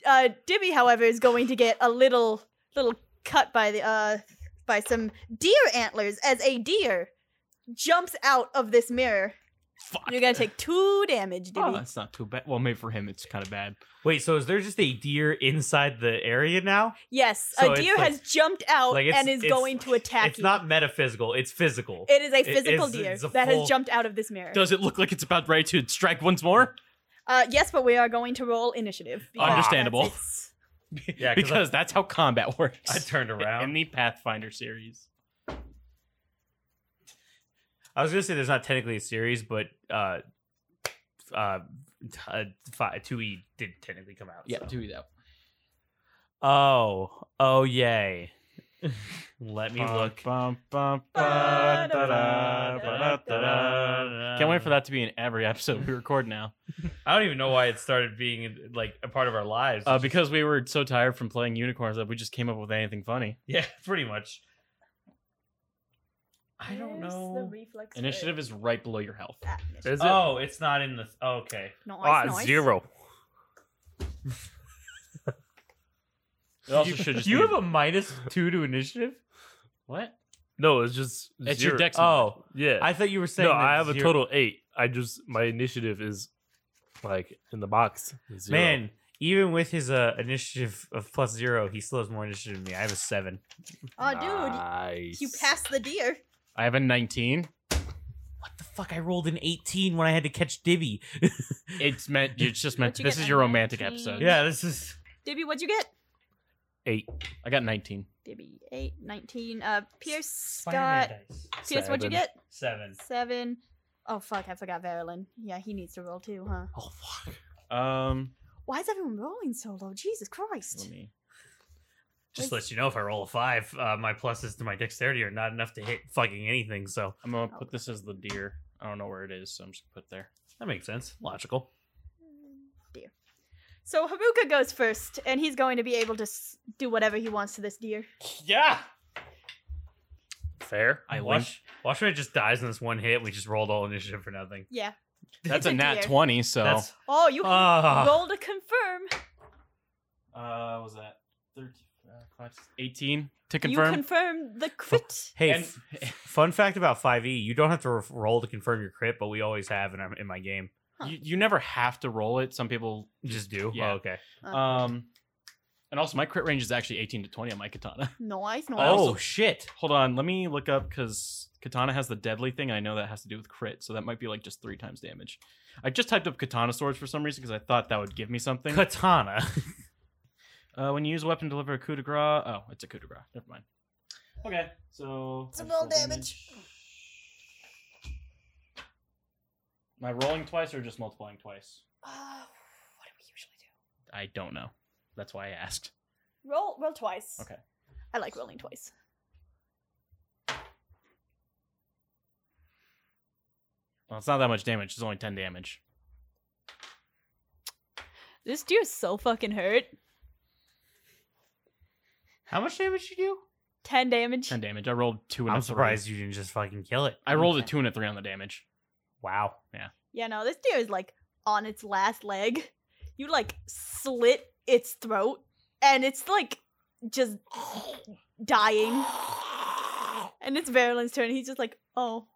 Uh, Dibby, however, is going to get a little little cut by the uh, by some deer antlers as a deer jumps out of this mirror.
Fuck.
You're gonna take two damage,
Oh,
Dibby.
that's not too bad. Well, maybe for him, it's kind of bad.
Wait, so is there just a deer inside the area now?
yes,
So
a
it's
deer
like-
has jumped out
like it's-
Oh, and is
it's-
going to attack
It's
you.
not metaphysical, it's physical.
it is a
it-
physical
it's-
deer
it's a
that
full-
has jumped out of this mirror.
Does it look like it's about ready to strike once more?
Uh, yes, but we are going to roll initiative. because that's
Understandable.
its-
yeah,
because that's how combat works.
I turned around.
in the Pathfinder series.
I was gonna say there's not technically a series, but uh, uh, t- uh fi- two E did technically come out. so.
do that.
Oh, oh yay! Let me look.
Can't wait for that to be in every episode we record now.
I don't even know why it started being like a part of our lives.
Uh, because we were so tired from playing unicorns that we just came up with anything funny.
yeah, pretty much. I don't
Where's the
know.
reflex
Initiative is right below your health.
Ah, initiative.
Is it?
Oh, it's not in the. Th- oh, okay.
Nice,
ah,
nice.
zero.
It also should just
you
be-
have a minus two to initiative.
what?
No, it's just
It's
zero.
your dex.
Oh,
Yeah.
I thought you were saying.
no,
that
I have a
zero-
total eight. I just my initiative is like in the box. Zero.
Man, even with his uh, initiative of plus zero, he still has more initiative than me. I have a seven.
Oh, dude,
nice.
you passed the deer.
I have a 19.
What the fuck? I rolled an 18 when I had to catch Dibby.
It's meant. It's just meant.
What'd you
This
get,
is
a
your romantic
19?
episode.
yeah, this is.
Dibby, what'd you get?
eight.
I got 19.
Dibby, 8, 19. Uh, Pierce
Spider-Man
Scott.
dice.
Pierce, what'd you
Seven.
get?
Seven.
7. Oh, fuck, I forgot Verilyn. Yeah, he needs to roll too, huh?
Oh fuck.
Um,
Why is everyone rolling so low? Jesus Christ.
let me.
Just let you know if I roll a five, uh, my pluses to my dexterity are not enough to hit fucking anything. So
I'm gonna put this as the deer. I don't know where it is, so I'm just gonna put it there.
that makes sense. Logical.
Deer. Mm, So Haruka goes first, and he's going to be able to s- do whatever he wants to this deer.
Yeah.
Fair.
I like.
Wash, Watchman just dies in this one hit. We just rolled all initiative for nothing.
Yeah.
That's
It's
a
a
nat
deer.
twenty. So
That's.
Oh, you
Ah.
rolled a confirm.
uh, was that thirteen? 18 to confirm.
You confirm the crit.
Hey,
And-
f- fun fact about 5e, you don't have to re- roll to confirm your crit, but we always have in, our, in my game.
Huh.
you, you never have to roll it. Some people.
You just do.
Yeah.
Oh, okay.
Uh,
Um, and also, my crit range is actually 18 to 20 on my katana.
nice, nice.
also-
Oh shit.
Hold on, let me look up because katana has the deadly thing. And I know that has to do with crit, so that might be like just three times damage. I just typed up katana swords for some reason because I thought that would give me something.
Katana.
Uh, when you use a weapon, deliver a coup de grace. Oh, it's a coup de grace. Never mind. Okay, so
It's a
I
roll
rolled
damage.
Am I rolling twice or just multiplying twice?
Oh, what do we usually do?
I don't know. That's why I asked.
roll, roll twice.
Okay.
I like rolling twice.
Well, it's not that much damage. It's only ten damage.
This deer's so fucking hurt.
How much damage you do?
Ten damage.
Ten damage. I rolled two. And a
I'm
three.
surprised you didn't just fucking kill it.
I rolled a two and a three on the damage.
Wow.
Yeah, no, this deer is like on its last leg. You like slit its throat, and it's like just dying. And it's Verulin's turn. He's just like, oh,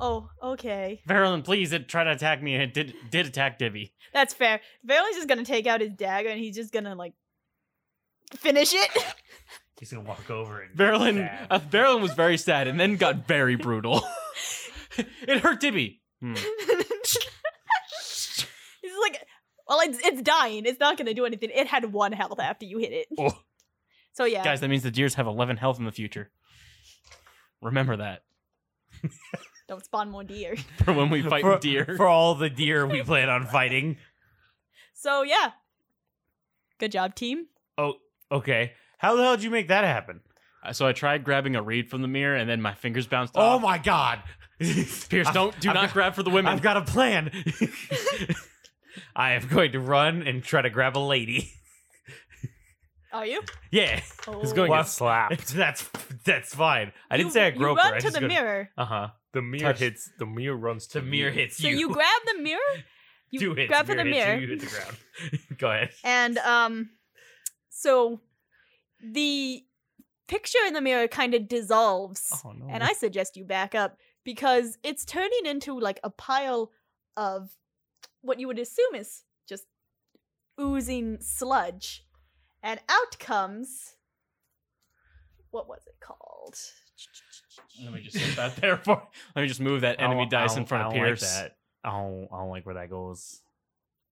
oh, okay,
Verilyn, please, it tried to attack me. It did did attack Divvy.
that's fair. Verulin's just gonna take out his dagger, and he's just gonna like finish it.
He's gonna walk over and
Verilyn,
stab.
uh, Verilyn was very sad and then got very brutal. it hurt Divvy. Hmm.
he's like, well, it's it's dying. It's not gonna do anything. It had one health after you hit it.
Oh.
So yeah,
Guys, that means the deers have 11 health in the future. Remember that
don't spawn more deer.
for when we fight
for,
deer.
for all the deer we plan on fighting.
So yeah. Good job, team.
Oh, okay. How the hell did you make that happen?
Uh, so I tried grabbing a reed from the mirror and then my fingers bounced
Oh
off.
my god.
Pierce, don't do
I've
not
got-
grab for the women.
I've got a plan. I am going to run and try to grab a lady.
Are you?
Yeah,
Oh.
He's going to
Wow.
get slapped.
that's that's fine. I didn't
You-
say I grope
You
her.
run
I
to
just
the
go-
mirror.
Uh-huh.
The mirror
Touch.
hits. The mirror runs
The
to
mirror
you.
hits
So you grab the mirror. You
Two hits.
grab for the
hits
mirror,
You, you hit the ground. Go ahead.
and um, so the picture in the mirror kind of dissolves,
Oh no.
and I suggest you back up because it's turning into like a pile of what you would assume is just oozing sludge, and out comes what was it called?
Let me just sit that there for. Let me just move that enemy dice in front of Pierce.
I don't. I don't like where that goes.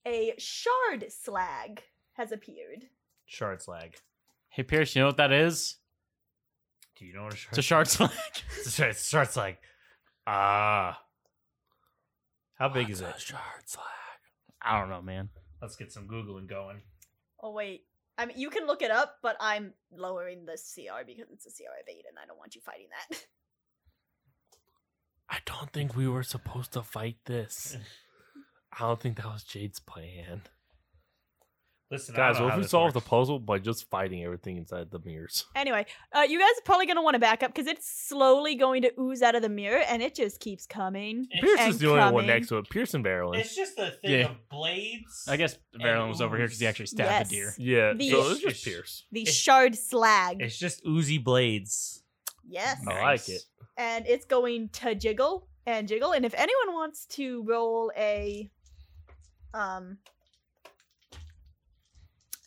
a shard slag has appeared.
Shard slag.
Hey Pierce, you know what that is?
Do you know what a
It's a
shard?
shard slag.
It's a shard, it's a shard slag. Ah. how big is it?
I don't know, man.
Let's get some googling going.
Oh wait, I mean you can look it up, but I'm lowering the CR because it's a CR of eight, and I don't want you fighting that.
I don't think we were supposed to fight this. I don't think that was Jade's plan.
Listen,
Guys,
I don't know
what
how
if we
this
solve the
works.
puzzle by just fighting everything inside the mirrors?
anyway, uh, you guys are probably gonna want to back up because it's slowly going to ooze out of the mirror, and it just keeps coming.
Pierce
And
is the only one
coming.
next to it. Pierce and Marilyn.
just the
thing Yeah.
of blades.
I guess Verilyn was over here because he
ooze.
actually stabbed
Yes.
a deer.
Yeah,
The-
so it's just
It's-
Pierce.
The
It's-
shard slag,
It's just oozy blades.
yes,
I like it.
and it's going to jiggle and jiggle. And if anyone wants to roll a, um,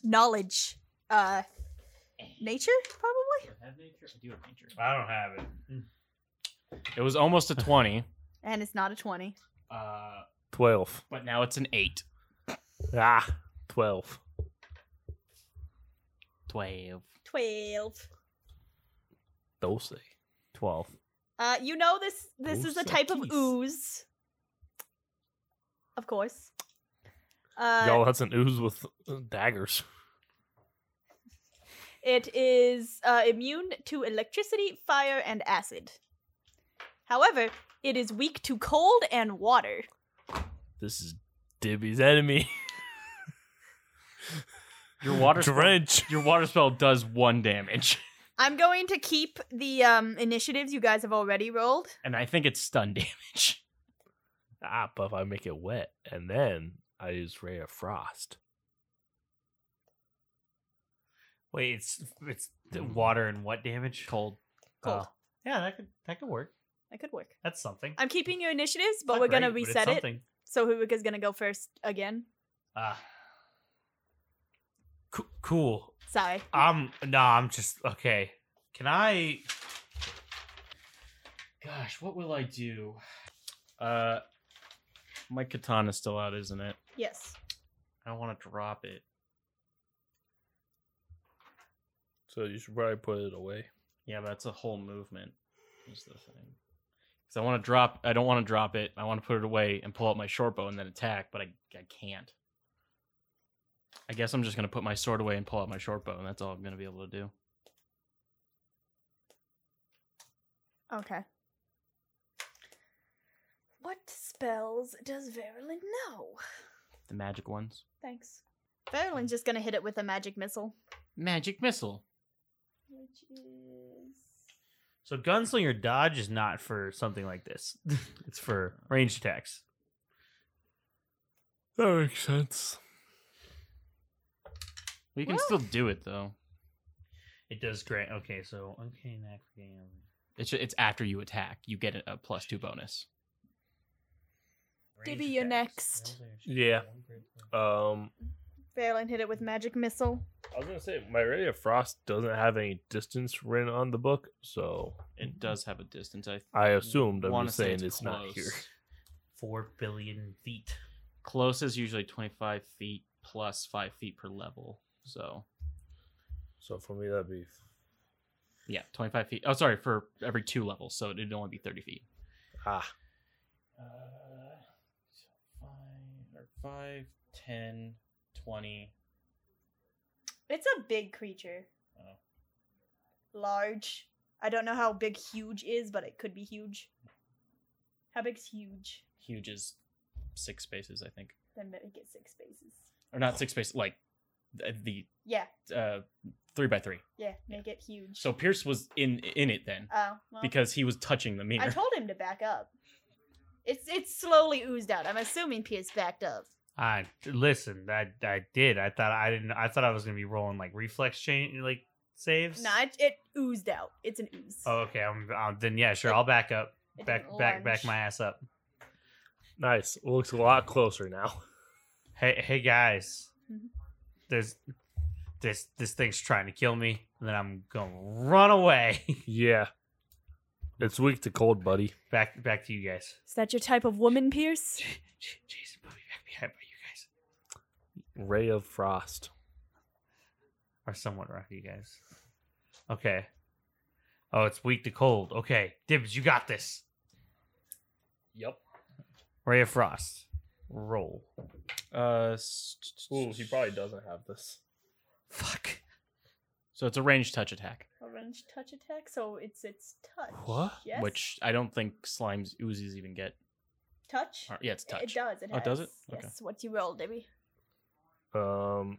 knowledge, uh, nature probably.
I don't have it.
It was almost a twenty,
And it's not a 20.
uh,
12.
but now it's an eight.
Ah, 12.
Twelve.
12.
Dulce.
12.
Uh, you know this this
Oh,
is a type of
suckies.
ooze. Of course. Uh,
Y'all had some ooze with uh, daggers.
it is uh, immune to electricity, fire, and acid. However, it is weak to cold and water.
This is Dibby's enemy.
Your water spell,
Drench.
your water spell does one damage,
I'm going to keep the um, initiatives you guys have already rolled.
and I think it's stun damage.
Ah, but if I make it wet and then I use Ray of Frost.
Wait, it's it's th- water and what damage?
Cold.
Cold.
Oh. yeah, that could that could work.
That could work.
That's something.
I'm keeping your initiatives, but
Not
we're
great,
gonna
but it's
reset it.
something.
So Hubika's gonna go first again.
Ah. Coo- cool.
Sorry.
I'm no, I'm just okay. Can I?
Gosh, what will I do? Uh, my katana's still out, isn't it?
Yes.
I don't want to drop it.
So you should probably put it away.
Yeah, but that's a whole movement. Is the thing. Because I want to drop. I don't want to drop it. I want to put it away and pull out my short bow and then attack, but I I can't. I guess I'm just gonna put my sword away and pull out my short bow, and that's all I'm gonna be able to do.
Okay.
What spells does Verilyn know?
The magic ones.
Thanks. Verlin's just gonna hit it with a magic missile.
Magic missile.
Which is
So gunslinger dodge is not for something like this. it's for range attacks.
That makes sense.
We can
Well-
still do it though.
It does grant. Okay, so okay, next game.
It's ju- it's after you attack, you get a plus two bonus.
Range
Dibby, you're
attacks.
next.
Yeah.
Uh.
Um,
Verlin hit it with magic missile.
I was gonna say my Ray of Frost doesn't have any distance written on the book, so
It does have a distance. I
I assumed I'm
wanna
just saying
say
it's, not here.
close.
Four billion feet.
Close is usually twenty five feet plus five feet per level. So
So for me, that'd be
yeah, twenty five feet. Oh, sorry, for every two levels, so it'd only be thirty feet.
ah
Uh, five or five, ten, twenty.
It's a big creature.
Oh.
Oh.
Large. I don't know how big huge is, but it could be huge. How big's huge?
Huge is six spaces, I think,
Then make it six spaces.
or not six spaces. Like th- the
Yeah,
uh, three by three.
yeah, make it huge.
So Pierce was in in it then
oh, well,
because he was touching the mirror.
I told him to back up. It's it's slowly oozed out. I'm assuming Pierce backed up.
I listen. That I did. I thought I didn't. I thought I was gonna be rolling like reflex chain like saves.
No, it, it oozed out. It's an ooze.
Oh, okay. I'm, i then yeah, sure. I'll back up.
It
Back
didn't
back
lunge.
back my ass up.
nice. It looks a lot closer now.
Hey hey guys,
Mhm.
there's this this thing's trying to kill me. And then I'm gonna run away.
yeah, it's weak to cold, buddy.
back back to you guys.
Is that your type of woman, Pierce?
Jason, put me back behind by you guys,
Ray of Frost.
or somewhat rough, you guys. Okay. Oh, it's weak to cold. Okay, Dibs, you got this.
Yep.
Ray of frost. Roll.
Uh, s-
Ooh, he probably doesn't have this.
Fuck.
so it's a ranged touch attack,
Orange touch attack, so it's its touch.
What?
Yes?
which I don't think slimes oozies even get.
touch?
Or, yeah, it's touch.
It does. It
Oh,
has.
does it? Okay.
Yes. What you roll, Debbie?
Um.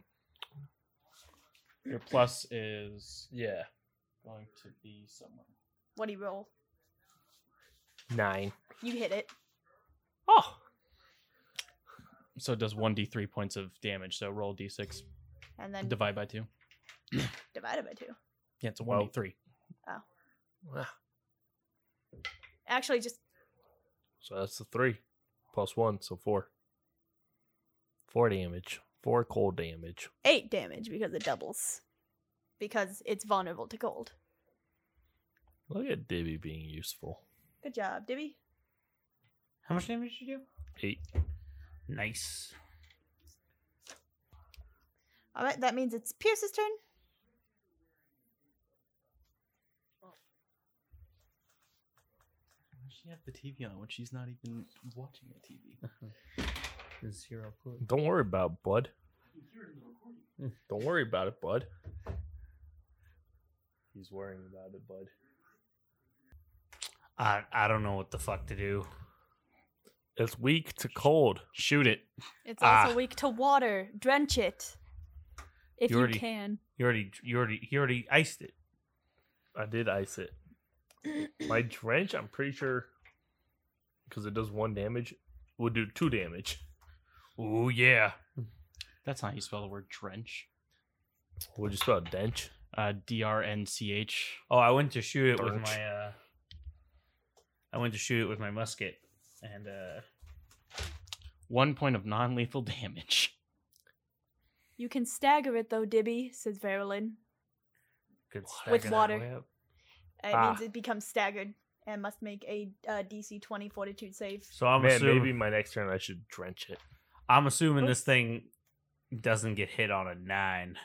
Your plus is
Yeah.
going to be somewhere.
What do you roll?
Nine.
You hit it.
Oh.
So it does one d three points of damage. So roll d six,
And then
divide by two.
divided by two.
Yeah, it's a
Well-
one d three.
Ah,
Actually, just
So that's the three, plus one, so four. Four damage. Four cold damage.
eight damage because it doubles. Because it's vulnerable to cold.
Look at Dibby being useful.
Good job, Dibby.
How much damage did you do?
Eight.
Nice.
All right, that means it's Pierce's turn.
She have the TV on when she's not even watching the TV.
Zero clue.
Don't worry about it, bud. Hmm, Don't worry about it, bud. He's worrying about it, bud.
I I don't know what the fuck to do.
It's weak to cold.
Shoot it.
It's
Ah.
also weak to water. Drench it. If
You
you,
already-
can.
You already you already you already iced it.
I did ice it. My drench, I'm pretty sure, because it does one damage, would do two damage.
Oh yeah.
That's not how you spell the word drench.
What'd you spell? Dench?
Uh, D R N C H.
Oh, I went to shoot it with
Birch.
my. Uh, I went to shoot it with my musket, and uh,
One point of non lethal damage.
You can stagger it though, Dibby, says Verilyn.
could stagger
With
that
water.
way up.
It
Ah.
means it becomes staggered and must make a uh, DC 20 fortitude save.
So I'm
Man,
assuming
maybe my next turn I should drench it.
I'm
Oh.
assuming this thing doesn't get hit on a nine.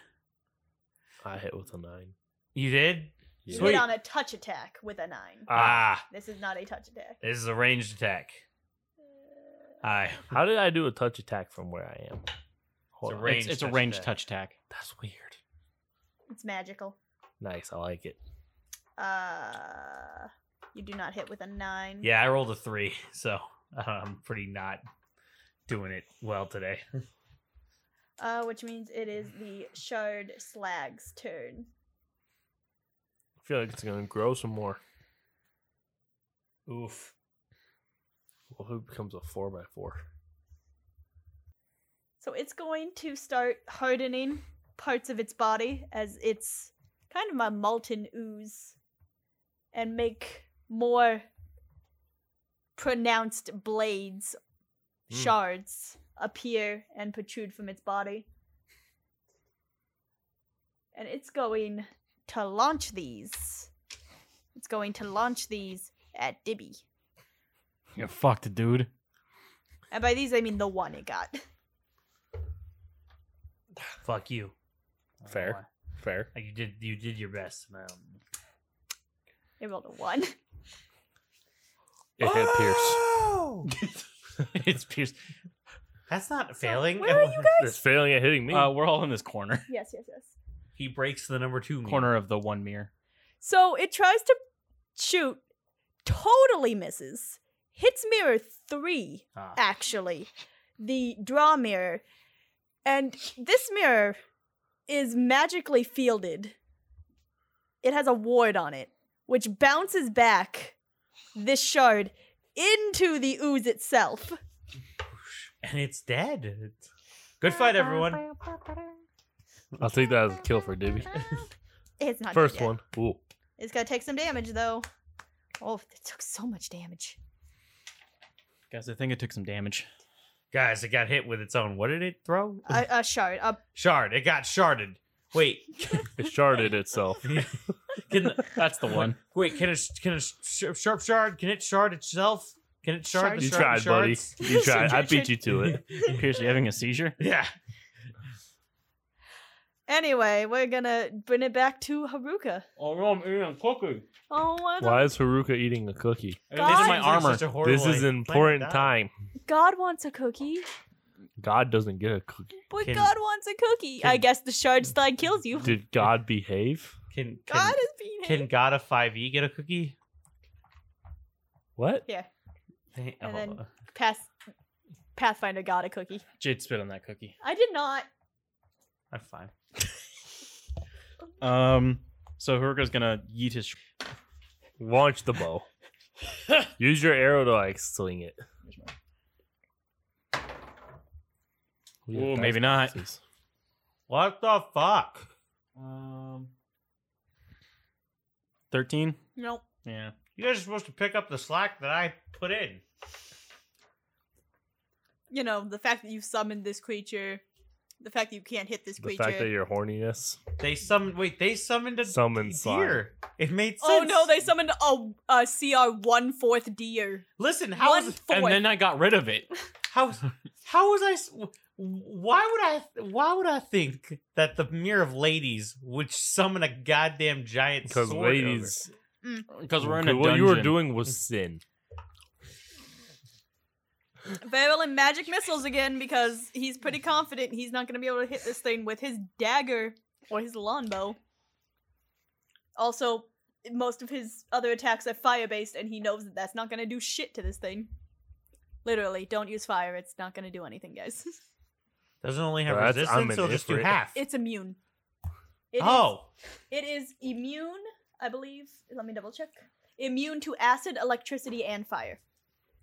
I hit with a nine.
You did?
You
Sweet.
hit on a touch attack with a 9.
Uh,
Ah,
this is not a touch attack.
this is a ranged attack.
uh,
Aye.
How did I do a touch attack from where I am? Hold
a
on.
ra-
It's,
Ranged
it's a
touch
ranged
attack.
touch attack.
That's weird.
It's magical.
Nice. I like it.
Uh, you do not hit with a 9.
Yeah, I rolled a three, so uh, I'm pretty not doing it well today.
Uh, which means it is the shard slag's turn.
I feel like it's going to grow some more.
Oof.
Well, who becomes a four by four?
So it's going to start hardening parts of its body as it's kind of a molten ooze and make more pronounced blades,
Mm.
shards appear and protrude from its body. And it's going to launch these. It's going to launch these at Dibby.
You're fucked, dude.
And by these, I mean the one it got.
Fuck you. I don't know
Fair.
why.
Fair.
Like you did you did your best. and, Um,
It rolled a one.
It
Oh,
hit Pierce.
it's Pierce.
That's not failing.
where are you
It's failing at hitting me.
Uh, we're all in this corner.
yes, yes, yes.
He breaks the number two. meme.
Corner of the one mirror.
So it tries to shoot, totally misses, hits mirror three,
Ah.
actually, the draw mirror. And this mirror is magically fielded. It has a ward on it, which bounces back this shard into the ooze itself.
and it's dead. It's- Good fight, everyone.
I'll take that as a kill for Dibby.
It's not dead
First
yet.
one. Ooh.
It's gonna take some damage though. Oh, it took so much damage.
Guys, I think it took some damage.
Guys, it got hit with its own. What did it throw?
A, a shard, Uh, a
Shard. It got sharded. Wait.
It sharded itself.
Can,
That's the one.
wait, can it can a sh- sharp shard? Can it shard itself? Can it
Shard.
shard the
You
shard
tried, buddy.
shards?
You tried. I beat you to it.
Pierce, you having a seizure?
Yeah.
Anyway, we're gonna bring it back to Haruka.
Oh no, I'm eating cookie.
Oh, what
Why is Haruka eating a cookie?
God.
my armor.
This is an important time.
God wants a cookie,
God doesn't get a cookie.
but
Can-
God wants a cookie. I
can-
guess the shard slide kills you.
Did God behave?
Can can,
God is being
can God of five E get a cookie?
What?
Hey,
And
oh,
then- Pass, Pathfinder got a cookie.
Jade spit on that cookie.
I did not.
I'm fine.
Um, so Haruka's gonna yeet his. Sh-
Launch the bow. Use your arrow to like sling it. We have
Ooh,
dice
maybe not.
boxes.
What the fuck?
Um, thirteen.
Nope.
Yeah.
You guys are supposed to pick up the slack that I put in.
You know the fact that you summoned this creature, the fact that you can't hit this
The
creature.
fact that your horniness
They summoned. Wait, they summoned a
summons slime.
deer. It made sense.
oh no, they summoned a, a CR one fourth deer.
listen. How
One
was
fourth.
And then I got rid of it.
how how was I? s- Why would I? Why would I think that the mirror of ladies would summon a goddamn giant?
Because
sword
ladies,
Because we're in a
what
dungeon.
you were doing was sin.
Verilin magic missiles again because he's pretty confident he's not going to be able to hit this thing with his dagger or his longbow. Also, most of his other attacks are fire based, and he knows that that's not going to do shit to this thing. Literally, don't use fire; it's not going to do anything, guys.
over? Doesn't only have
Well, that's- I'm
resistance,
an
so just do
ifrit.
half.
It's immune. It is-
oh,
it is immune, I believe. Let me double check. Immune to acid, electricity, and fire.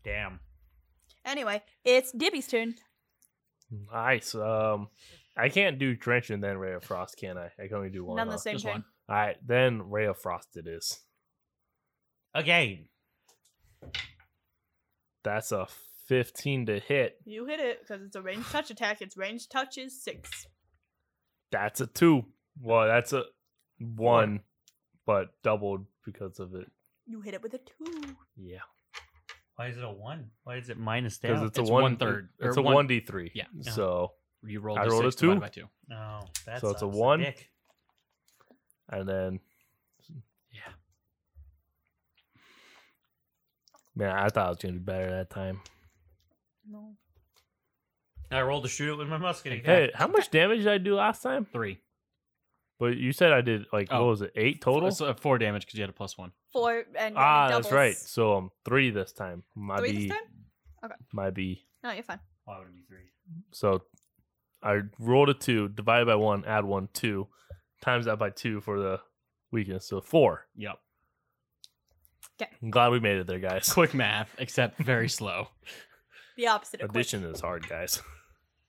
damn.
Anyway, it's Dibby's turn.
Nice. Um, I can't do drench and then ray of frost, can I? I can only do one.
None the
huh?
same
uh, Just
turn.
one.
All right, then ray of frost it is.
Again.
That's a fifteen to hit.
You hit it because it's a ranged touch attack. Its range touch is six.
That's a two. Well, that's a one, but doubled because of it.
You hit it with a two.
Yeah,
Why is it a one? Why is it minus
because
down?
it's a
It's
one,
one-third, or
It's a
one-
one d three.
Yeah.
Yeah.
So
You rolled,
I
a
rolled a
six divided
two.
by two.
oh, that's
So it's a one?
Dick.
and then yeah. Man, I thought it was gonna be better that time.
No.
I rolled to shoot it with my musket again.
Hey, how much damage did I do last time?
Three.
But you said I did like
Oh.
what was it, eight total?
So, uh, four damage because you had a plus one.
Four and
ah,
it
that's
doubles.
right. So um, three this time. Might
Three
be
this time?
might be.
No, you're fine.
Why would it be three?
So I rolled a two, divided by one, add one, two, times that by two for the weakness. So four.
Yep.
I'm glad we made it there, guys.
Quick math, except very slow.
The opposite of quick.
Addition is hard, guys.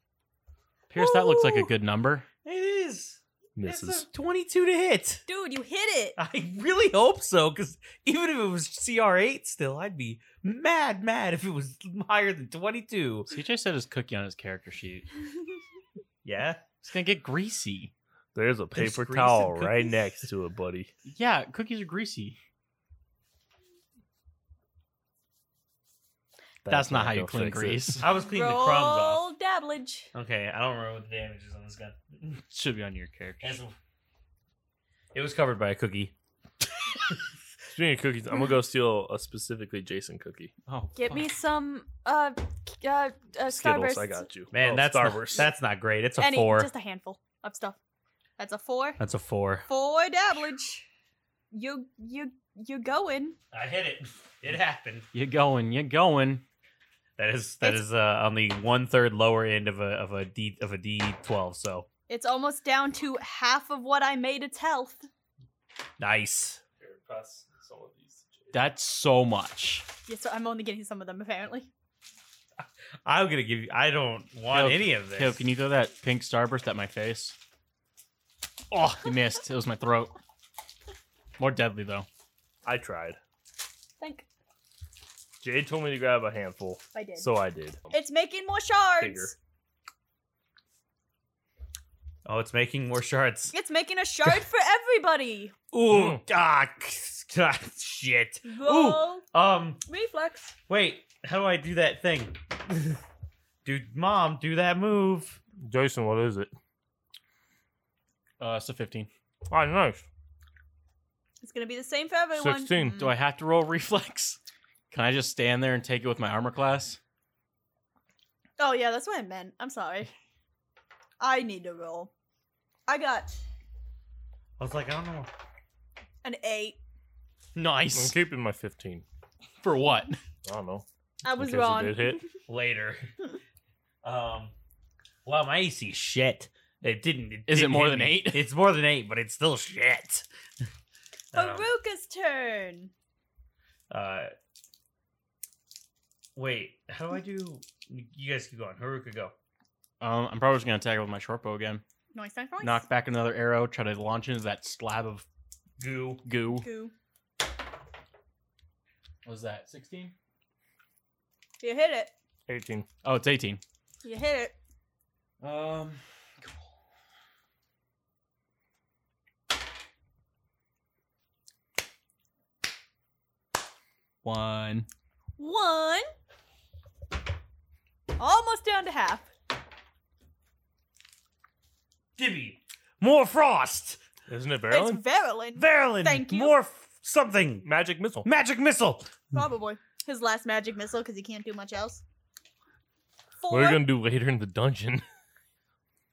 Pierce, that looks like a
Woo!
good number.
It is. That's
Misses.
a 22 to hit.
Dude, you hit it.
I really hope so, because even if it was CR8 still, I'd be mad, mad if it was higher than 22.
CJ said his cookie on his character sheet.
Yeah.
It's gonna get greasy.
There's a
There's
paper
grease
towel
and
right
cookies.
next to it, buddy.
Yeah, cookies are greasy. That's, not, how you
gonna
clean
fix it.
grease.
I was cleaning the crumbs off.
Roll dabblage.
Okay, I don't remember what the damage is on this gun.
Should be on your character.
As- It was covered by a cookie.
Speaking of cookies, I'm gonna go steal a specifically Jason cookie.
Oh,
Get
fuck.
me some uh k- uh, uh
Skittles,
Starburst.
I got you.
Man,
Oh,
that's
Star
not,
Wars.
that's not great. It's a
Any,
four.
Just a handful of stuff. That's a four.
That's a four.
Four dabblage. You you you going?
I hit it. It happened.
You going? You going?
That is that is uh, on the one third lower end of a of a D of a D twelve. So
It's almost down to half of what I made its health.
nice.
That's so much.
Yes, so I'm only getting some of them apparently.
I'm gonna give you. I don't want
Caleb,
any of this.
Yo, can you throw that pink starburst at my face? Oh, you missed. It was my throat. More deadly though.
I tried.
Think
Jade told me to grab a handful,
I did.
so I did.
it's making more shards.
Bigger.
Oh, it's making more shards.
It's making a shard for everybody.
Mm.
Ooh, ah, God, shit.
Roll
Um,
reflex.
wait. How do I do that thing? Dude, mom, do that move.
Jason, what is it?
Uh, so fifteen.
Oh, nice.
It's gonna be the same for everyone.
16.
Mm.
Do I have to roll reflex? Can I just stand there and take it with my armor class?
Oh yeah, that's what I meant. I'm sorry. I need to roll. I got
I was like, I don't know.
an eight.
I'm
Nice.
keeping my 15.
For what?
I don't know.
I
In
was
case it
wrong.
did hit.
Mm.
Later. um, wow, my AC is shit. It didn't. It
Is it
didn't
more
hit
than
me.
eight?
It's more than eight, but it's still shit.
Oh,
Um,
Haruka's turn.
uh, wait, how do I do? You guys keep going. Haruka, go.
Um, I'm probably just gonna attack it with my short bow again.
Nice, nice, nice.
Knock back another arrow. Try to launch into that slab of
Goo.
goo.
Cool.
was that? Sixteen.
You hit it.
18.
Oh, it's eighteen.
You hit it.
Um. One.
One. Almost down to half.
Dibby. More frost.
Isn't it
It's
Maryland?
Verilyn.
Verlin.
Thank you.
More f- something.
Magic missile.
Magic missile.
Probably. His last magic missile because he can't do much else. Four.
What are you going to do later in the dungeon?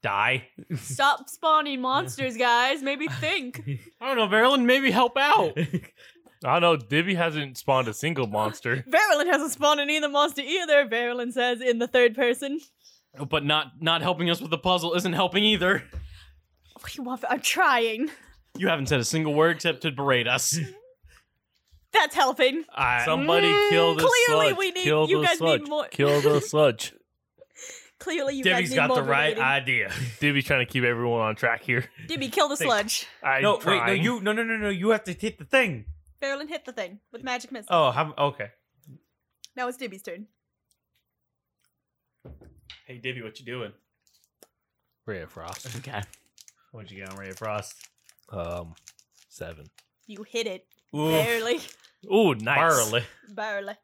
Die.
Stop spawning monsters, guys. Maybe think.
I don't know, Marilyn. Maybe help
Oh.
out.
I don't know. Divvy hasn't spawned a single monster.
Verilyn hasn't spawned any of the monster either, Verilyn says in the third person.
Oh, but not not helping us with the puzzle isn't helping either.
What do you want? I'm trying.
You haven't said a single word except to berate us.
That's helping. Mm,
Somebody kill the
clearly
sludge.
we need-
kill
you
the
guys need
sludge.
more-
Kill the sludge.
Clearly, you
Debbie's
had me
got the right
motivating.
idea.
Dibby's trying to keep everyone on track here.
Dibby, kill the
Thanks.
sludge.
I
no, wait, no, you, no, no, no, no. You have to hit the thing.
Farrellan hit the thing with magic missile.
Oh, how, okay.
Now it's Dibby's turn.
Hey, Divvy, what you doing?
Ray of Frost.
Okay. What'd you get on Ray of Frost?
Um, seven.
You hit it
Ooh,
barely,
Ooh, nice.
barely.
barely.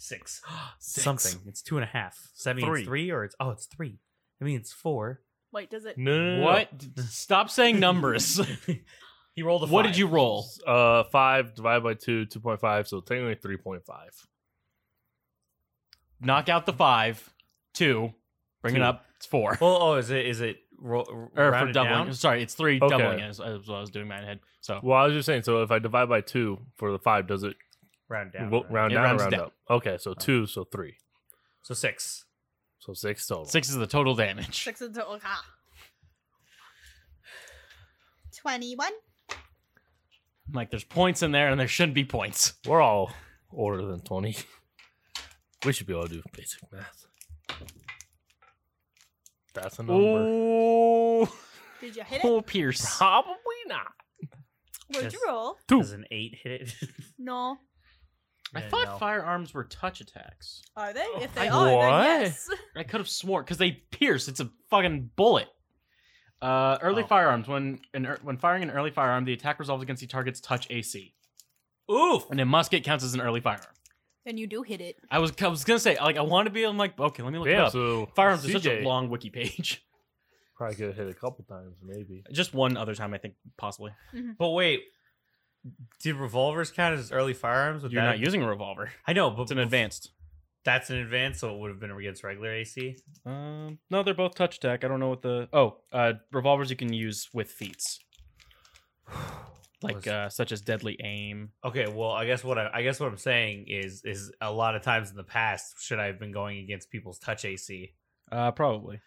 Six.
Six.
Something. It's two and a half. So that means
Three.
three, or it's oh, it's three. That means it's four.
Wait, does it?
No, no, no, no.
What? Mm. Stop saying numbers.
He rolled a.
what
five.
did you roll?
Uh, five divided by two, two point five. So technically three point five.
Knock out the five, two, bring it
Two.
up. It's four.
Well, oh, is it is it ro-
or for
rounded
doubling.
down?
Sorry, it's three
Okay.
doubling as, as well as doing my head. So
Well, I was just saying. So if I divide by two for the five, does it
Round down.
ro-
right?
round
It
down?
rounds
Round
down.
up. Okay, so two, so three,
So six.
so six total.
six is the total damage.
Six into ah. Twenty-one.
Like there's points in there, and there shouldn't be points.
We're all older than twenty. We should be able to do basic math. That's a number.
Oh,
Did you hit it?
oh, Pierce.
Probably not.
Where'd you
Yes.
roll?
Two.
Does an eight hit it?
No.
I
Yeah,
thought
no.
firearms were touch attacks.
Are they? If they
I-
are,
What?
then yes.
I could have sworn because they pierce. It's a fucking bullet. Uh, early
Oh.
firearms. When an, ear- when firing an early firearm, the attack resolves against the target's touch AC,
Oof.
and a musket counts as an early firearm.
Then you do hit it.
I was I was gonna say like I want to be. I'm like okay, let me look it
Yeah.
up.
So
Firearms is such a
CJ
long wiki page.
Probably could have hit a couple times, maybe.
Just one other time, I think possibly.
But wait, did revolvers count as early firearms? With
You're
that?
not using a revolver.
I know, but
It's an advanced.
That's an advance, so it would have been against regular AC.
Um, no, they're both touch attack. I don't know what the oh uh, revolvers you can use with feats like
Was-
uh, such as deadly aim.
Okay, well, I guess what I, I guess what I'm saying is is a lot of times in the past should I have been going against people's touch AC?
Uh, probably.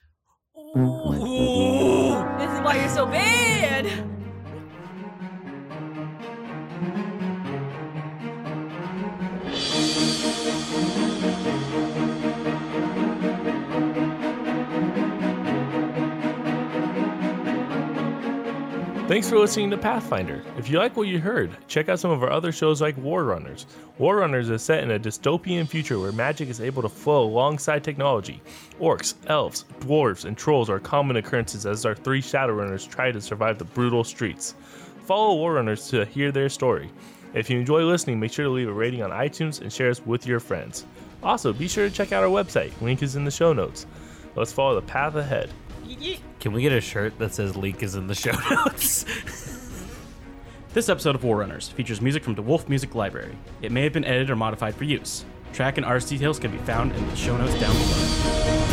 Ooh.
Ooh.
This is why you're so bad.
Thanks for listening to Pathfinder. If you like what you heard, check out some of our other shows like War Runners. War Runners is set in a dystopian future where magic is able to flow alongside technology. Orcs, elves, dwarves, and trolls are common occurrences as our three Shadowrunners try to survive the brutal streets. Follow War Runners to hear their story. If you enjoy listening, make sure to leave a rating on iTunes and share us with your friends. Also, be sure to check out our website. Link is in the show notes. Let's follow the path ahead.
Can we get a shirt that says "Leak is in the show notes"?
This episode of Warrunners features music from the Wolf Music Library. It may have been edited or modified for use. Track and artist details can be found in the show notes down below.